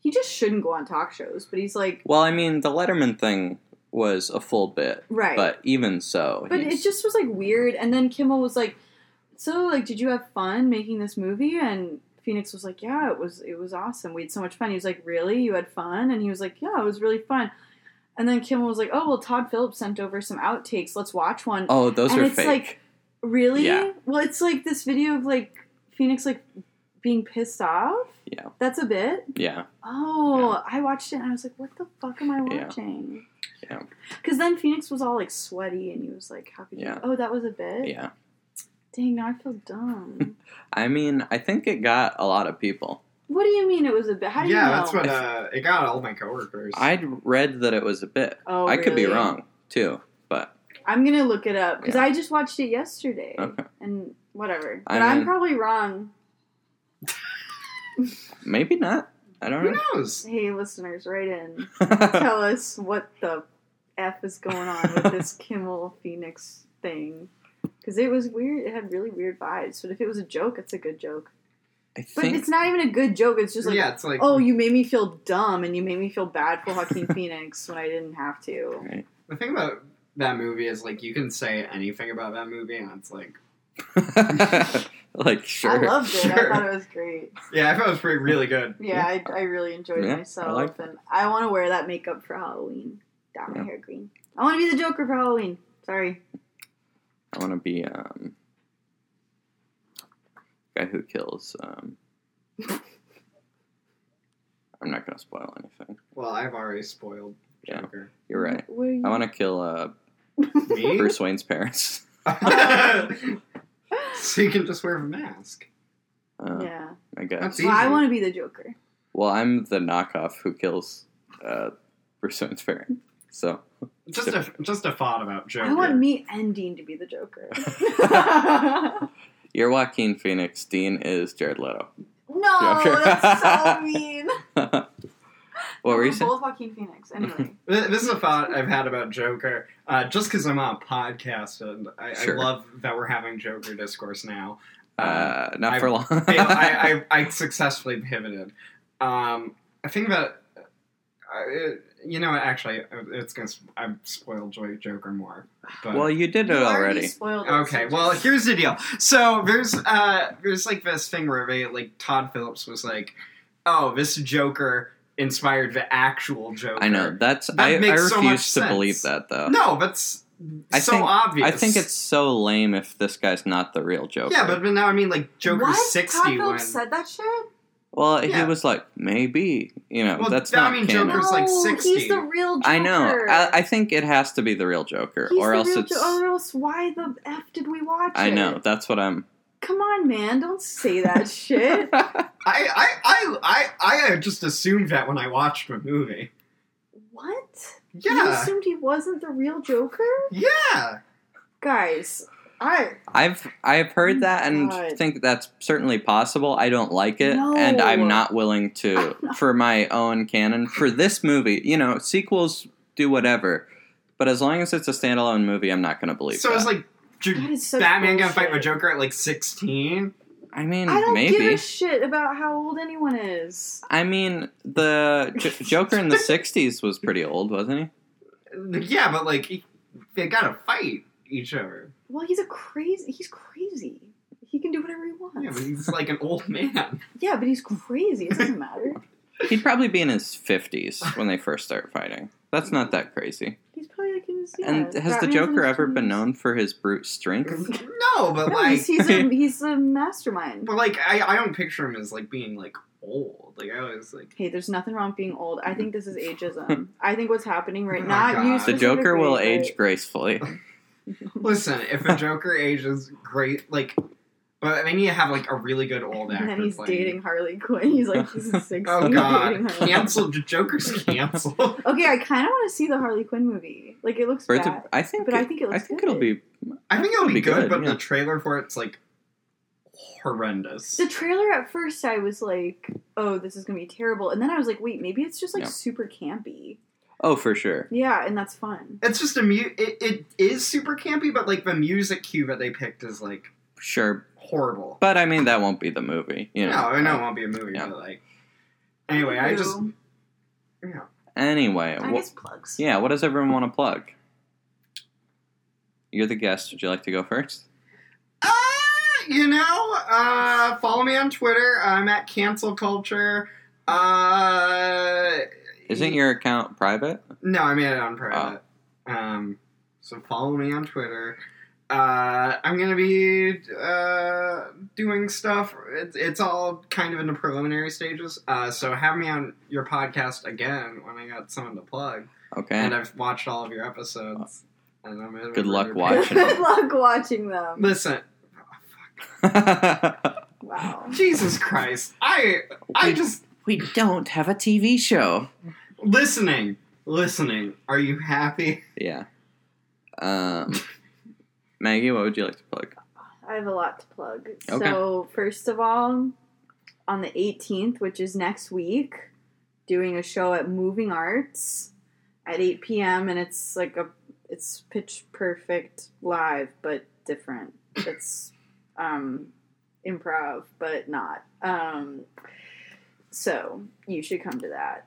Speaker 2: He just shouldn't go on talk shows, but he's like
Speaker 1: Well, I mean, the Letterman thing was a full bit,
Speaker 2: right.
Speaker 1: but even so,
Speaker 2: But
Speaker 1: he's-
Speaker 2: it just was like weird. And then Kimmel was like, "So like, did you have fun making this movie?" And Phoenix was like, "Yeah, it was it was awesome. We had so much fun." He was like, "Really? You had fun?" And he was like, "Yeah, it was really fun." And then Kimmel was like, "Oh well, Todd Phillips sent over some outtakes. Let's watch one."
Speaker 1: oh, those
Speaker 2: and
Speaker 1: are
Speaker 2: it's
Speaker 1: fake.
Speaker 2: like really
Speaker 1: Yeah.
Speaker 2: well it's like this video of like phoenix like being pissed off
Speaker 1: Yeah.
Speaker 2: that's a bit
Speaker 1: yeah,
Speaker 2: oh i watched it and i was like what the fuck am i
Speaker 1: Yeah.
Speaker 2: watching
Speaker 1: Yeah.
Speaker 2: because then phoenix was all like sweaty and he was like how could you
Speaker 1: Yeah.
Speaker 2: oh that was a bit
Speaker 1: yeah.
Speaker 2: dang now i feel dumb
Speaker 1: I mean, I think it got a lot of people.
Speaker 2: what do you mean it was a bit how do
Speaker 3: yeah,
Speaker 2: you know
Speaker 3: that's what uh, it got all my coworkers.
Speaker 1: I'd read that it was a bit.
Speaker 2: oh
Speaker 1: I could be
Speaker 2: really?
Speaker 1: wrong too, but
Speaker 2: i'm gonna look it up because
Speaker 1: Yeah.
Speaker 2: i just watched it yesterday
Speaker 1: Okay.
Speaker 2: and whatever
Speaker 1: I
Speaker 2: but i'm
Speaker 1: mean-
Speaker 2: probably wrong
Speaker 1: maybe not. I don't
Speaker 3: Who
Speaker 1: know.
Speaker 3: knows?
Speaker 2: hey listeners write in tell us what the f is going on with this Kimmel Phoenix thing. Because it was weird. It had really weird vibes. But if it was a joke, it's a good joke.
Speaker 1: I
Speaker 2: But
Speaker 1: think
Speaker 2: it's not even a good joke. It's just like,
Speaker 3: yeah, it's like
Speaker 2: oh, you made me feel dumb and you made me feel bad for Joaquin Phoenix when I didn't have to.
Speaker 1: Right.
Speaker 3: The thing about that movie is like you can say anything about that movie, and it's like
Speaker 1: like sure.
Speaker 2: I loved it.
Speaker 3: sure.
Speaker 2: I thought it was great.
Speaker 3: yeah, I thought it was pretty really good.
Speaker 2: Yeah, I, I really enjoyed
Speaker 1: Yeah, I
Speaker 2: myself.
Speaker 1: liked
Speaker 2: and I want to wear that makeup for Halloween. Dye my
Speaker 1: Yeah.
Speaker 2: hair green. I want to be the Joker for Halloween. Sorry.
Speaker 1: I want to be um guy who kills. Um, I'm not gonna spoil anything.
Speaker 3: Well, I've already spoiled
Speaker 1: Yeah.
Speaker 3: Joker.
Speaker 1: You're right.
Speaker 2: What are you?
Speaker 1: I want to kill uh,
Speaker 3: Me?
Speaker 1: Bruce Wayne's parents.
Speaker 3: so you can just wear a mask.
Speaker 1: Uh,
Speaker 2: yeah.
Speaker 1: I guess.
Speaker 3: That's-
Speaker 2: Well, I
Speaker 3: easy.
Speaker 2: want to be the Joker.
Speaker 1: Well, I'm the knockoff who kills uh, Bruce Wayne's parents. So
Speaker 3: Just a just a thought about Joker.
Speaker 2: I want me and Dean to be the Joker.
Speaker 1: You're Joaquin Phoenix. Dean is Jared Leto.
Speaker 2: no,
Speaker 1: Joker.
Speaker 2: that's so mean.
Speaker 1: what were you saying?
Speaker 4: Both Joaquin Phoenix. Anyway.
Speaker 3: Th- This is a thought I've had about Joker. Uh, just because I'm on a podcast, and I,
Speaker 1: Sure.
Speaker 3: I love that we're having Joker discourse now.
Speaker 2: Oh.
Speaker 1: Uh, not for long.
Speaker 3: I, I, I, I successfully pivoted. Um, I think about, I, it- you know, actually, it's gonna sp- I spoiled Joy Joker more. But
Speaker 1: well, you did it
Speaker 4: You
Speaker 1: already.
Speaker 4: spoiled it,
Speaker 3: Okay,
Speaker 4: so
Speaker 3: well,
Speaker 4: just-
Speaker 3: here's the deal. So there's uh there's like this thing where they like Todd Phillips was like, "Oh, this Joker inspired the actual Joker."
Speaker 1: I know that's.
Speaker 3: That
Speaker 1: I, I
Speaker 3: makes
Speaker 1: refuse
Speaker 3: so
Speaker 1: to
Speaker 3: much sense.
Speaker 1: believe that though.
Speaker 3: No, that's
Speaker 1: I
Speaker 3: so
Speaker 1: think-
Speaker 3: obvious.
Speaker 1: I think it's so lame if this guy's not the real Joker.
Speaker 3: yeah, but, but now I mean like Joker's
Speaker 4: what? Todd
Speaker 3: sixty
Speaker 4: Phillips
Speaker 3: when
Speaker 4: said that shit?
Speaker 1: well,
Speaker 3: yeah.
Speaker 1: he was like maybe you know
Speaker 3: Well,
Speaker 1: that's
Speaker 3: I
Speaker 1: not
Speaker 3: mean,
Speaker 1: canon.
Speaker 3: Joker's like
Speaker 2: No,
Speaker 3: 60.
Speaker 2: He's the real Joker.
Speaker 1: I know. I, I think it has to be the real Joker,
Speaker 2: He's
Speaker 1: or
Speaker 2: the
Speaker 1: else
Speaker 2: real
Speaker 1: it's.
Speaker 2: Jo- oh, or else why the f did we watch
Speaker 1: I
Speaker 2: it?
Speaker 1: know. That's what I'm.
Speaker 2: Come on, man! Don't say that shit.
Speaker 3: I, I I I I just assumed that when I watched the movie.
Speaker 2: What? You
Speaker 3: Yeah,
Speaker 2: assumed he wasn't the real Joker,
Speaker 3: yeah.
Speaker 2: guys. I
Speaker 1: I've I've heard that and
Speaker 2: Oh God.
Speaker 1: think that's certainly possible. I don't like it,
Speaker 2: No.
Speaker 1: and I'm not willing to for my own canon for this movie. You know, sequels do whatever, but as long as it's a standalone movie, I'm not going to believe.
Speaker 3: So
Speaker 1: that.
Speaker 3: it's like J-
Speaker 2: that is such
Speaker 3: Batman gonna fight the
Speaker 2: bullshit.
Speaker 3: Joker at like sixteen.
Speaker 1: I mean,
Speaker 2: I don't give
Speaker 1: Hmm, maybe.
Speaker 2: a shit about how old anyone is.
Speaker 1: I mean, the J- Joker in the '60s was pretty old, wasn't he?
Speaker 3: Yeah, but like he, they gotta fight each other.
Speaker 2: Well, he's a crazy. He's crazy. He can do whatever he wants.
Speaker 3: Yeah, but he's like an old man.
Speaker 2: Yeah, but he's crazy. It doesn't matter.
Speaker 1: He'd probably be in his 50s when they first start fighting. That's not that crazy.
Speaker 2: He's probably like in his. Yeah,
Speaker 1: and has the
Speaker 2: Batman's in
Speaker 1: Joker
Speaker 2: his
Speaker 1: ever been
Speaker 2: teens.
Speaker 1: known for his brute strength?
Speaker 3: no, but
Speaker 2: No,
Speaker 3: like,
Speaker 2: he's, he's a he's a mastermind.
Speaker 3: but like I, I don't picture him as like being like old. Like I always like
Speaker 2: Hey, there's nothing wrong with being old. I think this is ageism. I think what's happening right
Speaker 3: Oh,
Speaker 2: now.
Speaker 3: God.
Speaker 2: you
Speaker 1: The Joker will
Speaker 2: specifically,
Speaker 1: age gracefully.
Speaker 3: listen. If a Joker ages great, like, but they need to have like a really good old
Speaker 2: but-
Speaker 3: actor.
Speaker 2: And then he's
Speaker 3: playing.
Speaker 2: dating Harley Quinn. He's like, he's sixty.
Speaker 3: Oh
Speaker 2: dating
Speaker 3: God!
Speaker 2: Harley.
Speaker 3: Cancel Joker's canceled.
Speaker 2: Okay, I kind of want to see the Harley Quinn movie. Like, it looks
Speaker 1: Birth of-
Speaker 2: bad.
Speaker 1: I think.
Speaker 2: But I
Speaker 1: it-
Speaker 2: think it looks
Speaker 1: it'll be.
Speaker 3: I think it'll be,
Speaker 1: Be
Speaker 3: good,
Speaker 1: good,
Speaker 3: but
Speaker 1: yeah.
Speaker 3: the trailer for it's like horrendous.
Speaker 2: The trailer at first, I was like, "Oh, this is gonna be terrible," and then I was like, "Wait, maybe it's just like
Speaker 1: Yeah.
Speaker 2: super campy."
Speaker 1: Oh, for sure.
Speaker 2: Yeah, and that's fun.
Speaker 3: It's just a mu- it, it is super campy, but like the music cue that they picked is like
Speaker 1: Sure.
Speaker 3: horrible.
Speaker 1: But I mean, that won't be the movie. You know.
Speaker 3: No, I know it won't be a movie,
Speaker 1: Yeah.
Speaker 3: but like. Anyway, I just. Yeah.
Speaker 1: Anyway,
Speaker 4: I
Speaker 1: wha-
Speaker 4: guess plugs.
Speaker 1: yeah. What does everyone want to plug? You're the guest. Would you like to go first?
Speaker 3: Uh, you know, uh, follow me on Twitter. I'm at Cancel Culture. Uh,
Speaker 1: Isn't your account private?
Speaker 3: No, I made it on private.
Speaker 1: Oh.
Speaker 3: Um, so follow me on Twitter. Uh, I'm gonna be uh, doing stuff. It's, it's all kind of in the preliminary stages. Uh, so have me on your podcast again when I got someone to plug,
Speaker 1: Okay.
Speaker 3: and I've watched all of your episodes. And I'm in a
Speaker 1: Good luck
Speaker 3: really-
Speaker 1: watching.
Speaker 2: Good luck watching them.
Speaker 3: Listen,
Speaker 2: Wow.
Speaker 3: Jesus Christ, I I just
Speaker 1: we don't have a TV show.
Speaker 3: listening, listening. Are you happy?
Speaker 1: Yeah. Um, Maggie, what would you like to plug?
Speaker 2: I have a lot to plug.
Speaker 1: Okay.
Speaker 2: So, first of all, on the 18th, which is next week, doing a show at Moving Arts at 8 p.m. and it's like a it's pitch perfect live but different. It's um improv but not. Um so you should come to that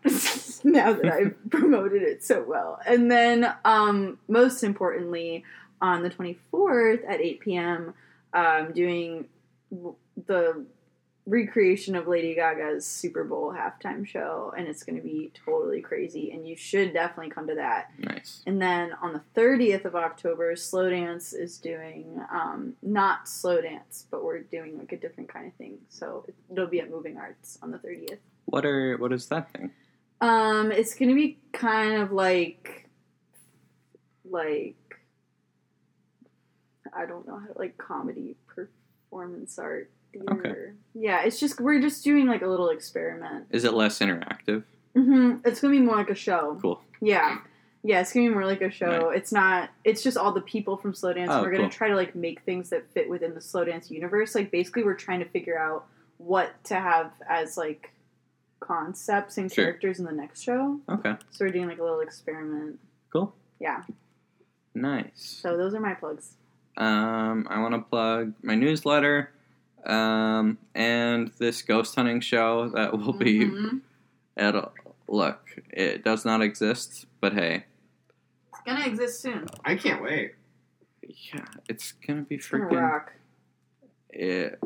Speaker 2: now that I've promoted it so well. And then um most importantly on the 24th at 8 p.m um, doing w- the recreation of Lady Gaga's Super Bowl halftime show, and it's going to be totally crazy. And you should definitely come to that.
Speaker 1: Nice.
Speaker 2: And then on the 30th of October, Slow Dance is doing um, not Slow Dance, but we're doing like a different kind of thing. So it- it'll be at Moving Arts on the 30th.
Speaker 1: What are what is that thing?
Speaker 2: Um, it's gonna be kind of like, like, I don't know how to like comedy performance art theater. Yeah, it's just we're just doing like a little experiment. Mm-hmm.
Speaker 1: Is it less interactive?
Speaker 2: hmm It's gonna be more like a show.
Speaker 1: Cool.
Speaker 2: Yeah, Yeah, it's gonna be more like a show. It's not. It's just all the people from slow dance.
Speaker 1: Oh,
Speaker 2: and we're gonna
Speaker 1: cool.
Speaker 2: try to like make things that fit within the slow dance universe. Like basically, we're trying to figure out what to have as like concepts and
Speaker 1: Sure.
Speaker 2: characters in the next show.
Speaker 1: Okay.
Speaker 2: So we're doing like a little experiment.
Speaker 1: Cool.
Speaker 2: Yeah.
Speaker 1: Nice.
Speaker 2: So those are my plugs.
Speaker 1: Um, I want to plug my newsletter um, and this ghost hunting show that will be
Speaker 2: Mm-hmm.
Speaker 4: Mhm.
Speaker 1: at look. It does not exist, but hey,
Speaker 4: It's gonna exist soon.
Speaker 3: I can't wait.
Speaker 1: yeah, it's gonna be
Speaker 2: It's gonna
Speaker 1: freaking.
Speaker 2: rock.
Speaker 1: It,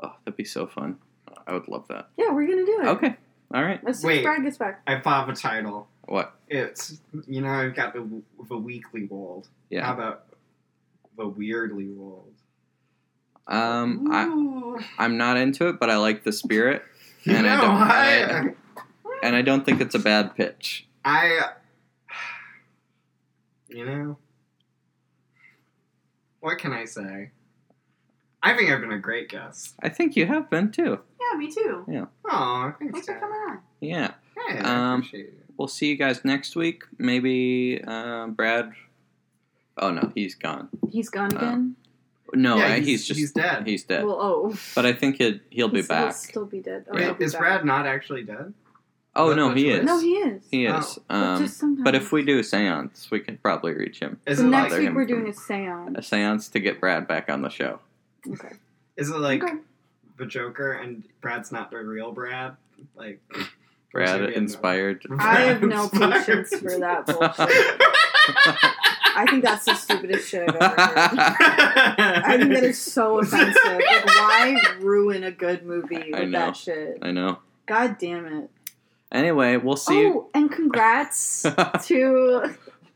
Speaker 1: oh, that'd be so fun. I would love that.
Speaker 2: Yeah, we're gonna do it.
Speaker 1: Okay. All right.
Speaker 2: As soon as
Speaker 3: Wait.
Speaker 2: Brad gets back.
Speaker 3: I have a title.
Speaker 1: What?
Speaker 3: It's you know I've got the the weekly world. How
Speaker 1: Yeah.
Speaker 3: about the weirdly world?
Speaker 1: Um. I
Speaker 4: Ooh.
Speaker 1: I'm not into it, but I like the spirit, and I
Speaker 3: No,
Speaker 1: don't.
Speaker 3: I-
Speaker 1: I- and I don't think it's a bad pitch.
Speaker 3: I, you know, what can I say? I think I've been a great guest.
Speaker 1: I think you have been too.
Speaker 4: Yeah, me too.
Speaker 3: Oh, thanks,
Speaker 4: Thanks for
Speaker 3: Dad.
Speaker 4: coming on.
Speaker 1: Yeah.
Speaker 3: Hey, I
Speaker 1: Um,
Speaker 3: appreciate it.
Speaker 1: We'll see you guys next week. Maybe uh, Brad. Oh no, he's gone.
Speaker 2: He's gone
Speaker 1: Oh.
Speaker 2: again.
Speaker 1: No,
Speaker 3: Yeah,
Speaker 1: I- he's,
Speaker 3: he's-
Speaker 1: just
Speaker 3: he's dead.
Speaker 1: He's dead.
Speaker 2: Well, oh,
Speaker 1: but I think he'll he'll be
Speaker 2: He's-
Speaker 1: back.
Speaker 2: still be dead. Oh,
Speaker 3: Wait,
Speaker 2: he'll be
Speaker 3: is
Speaker 2: back.
Speaker 3: Brad not actually dead?
Speaker 1: oh
Speaker 3: That's
Speaker 1: no,
Speaker 3: what
Speaker 1: he
Speaker 3: it
Speaker 1: is.
Speaker 3: is.
Speaker 2: No, he is.
Speaker 1: He
Speaker 3: Oh. uh,
Speaker 1: is.
Speaker 2: But
Speaker 1: Um,
Speaker 2: just sometimes.
Speaker 1: but if we do seance, we can probably reach him.
Speaker 3: Is
Speaker 2: So
Speaker 3: it
Speaker 2: next
Speaker 1: bother
Speaker 3: like
Speaker 2: week
Speaker 1: him
Speaker 2: we're
Speaker 1: from-
Speaker 2: doing a seance.
Speaker 1: A seance to get Brad back on the show.
Speaker 2: Okay.
Speaker 3: is it like
Speaker 2: Okay.
Speaker 3: the Joker and Brad's not the real Brad? Like
Speaker 1: Brad
Speaker 3: Maybe I'm not.
Speaker 1: inspired.
Speaker 2: I have no
Speaker 3: Sorry.
Speaker 2: patience for that bullshit. I think that's the stupidest shit I've ever heard. I think that is so offensive. Like, why ruin a good movie
Speaker 1: I
Speaker 2: with
Speaker 1: know.
Speaker 2: that shit?
Speaker 1: I know.
Speaker 2: God damn it.
Speaker 1: Anyway, we'll see. you-
Speaker 2: Oh, and congrats to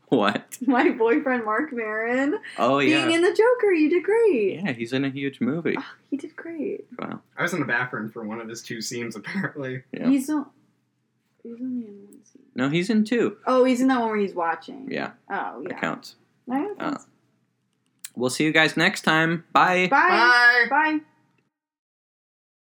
Speaker 1: what?
Speaker 2: my boyfriend Mark Marin
Speaker 1: Oh yeah.
Speaker 2: being in The Joker. You did great.
Speaker 1: Yeah, he's in a huge movie.
Speaker 2: Ah, he did great.
Speaker 1: Wow.
Speaker 3: I was in the bathroom for one of his two scenes apparently.
Speaker 1: Yeah.
Speaker 2: He's on. He's only in one scene.
Speaker 1: No, he's in two.
Speaker 2: Oh, he's in that one where he's watching.
Speaker 1: Yeah,
Speaker 2: Oh,
Speaker 1: that
Speaker 2: yeah.
Speaker 1: counts.
Speaker 2: All right,
Speaker 1: Uh, We'll see you guys next time. Bye.
Speaker 2: Bye.
Speaker 3: Bye.
Speaker 2: Bye.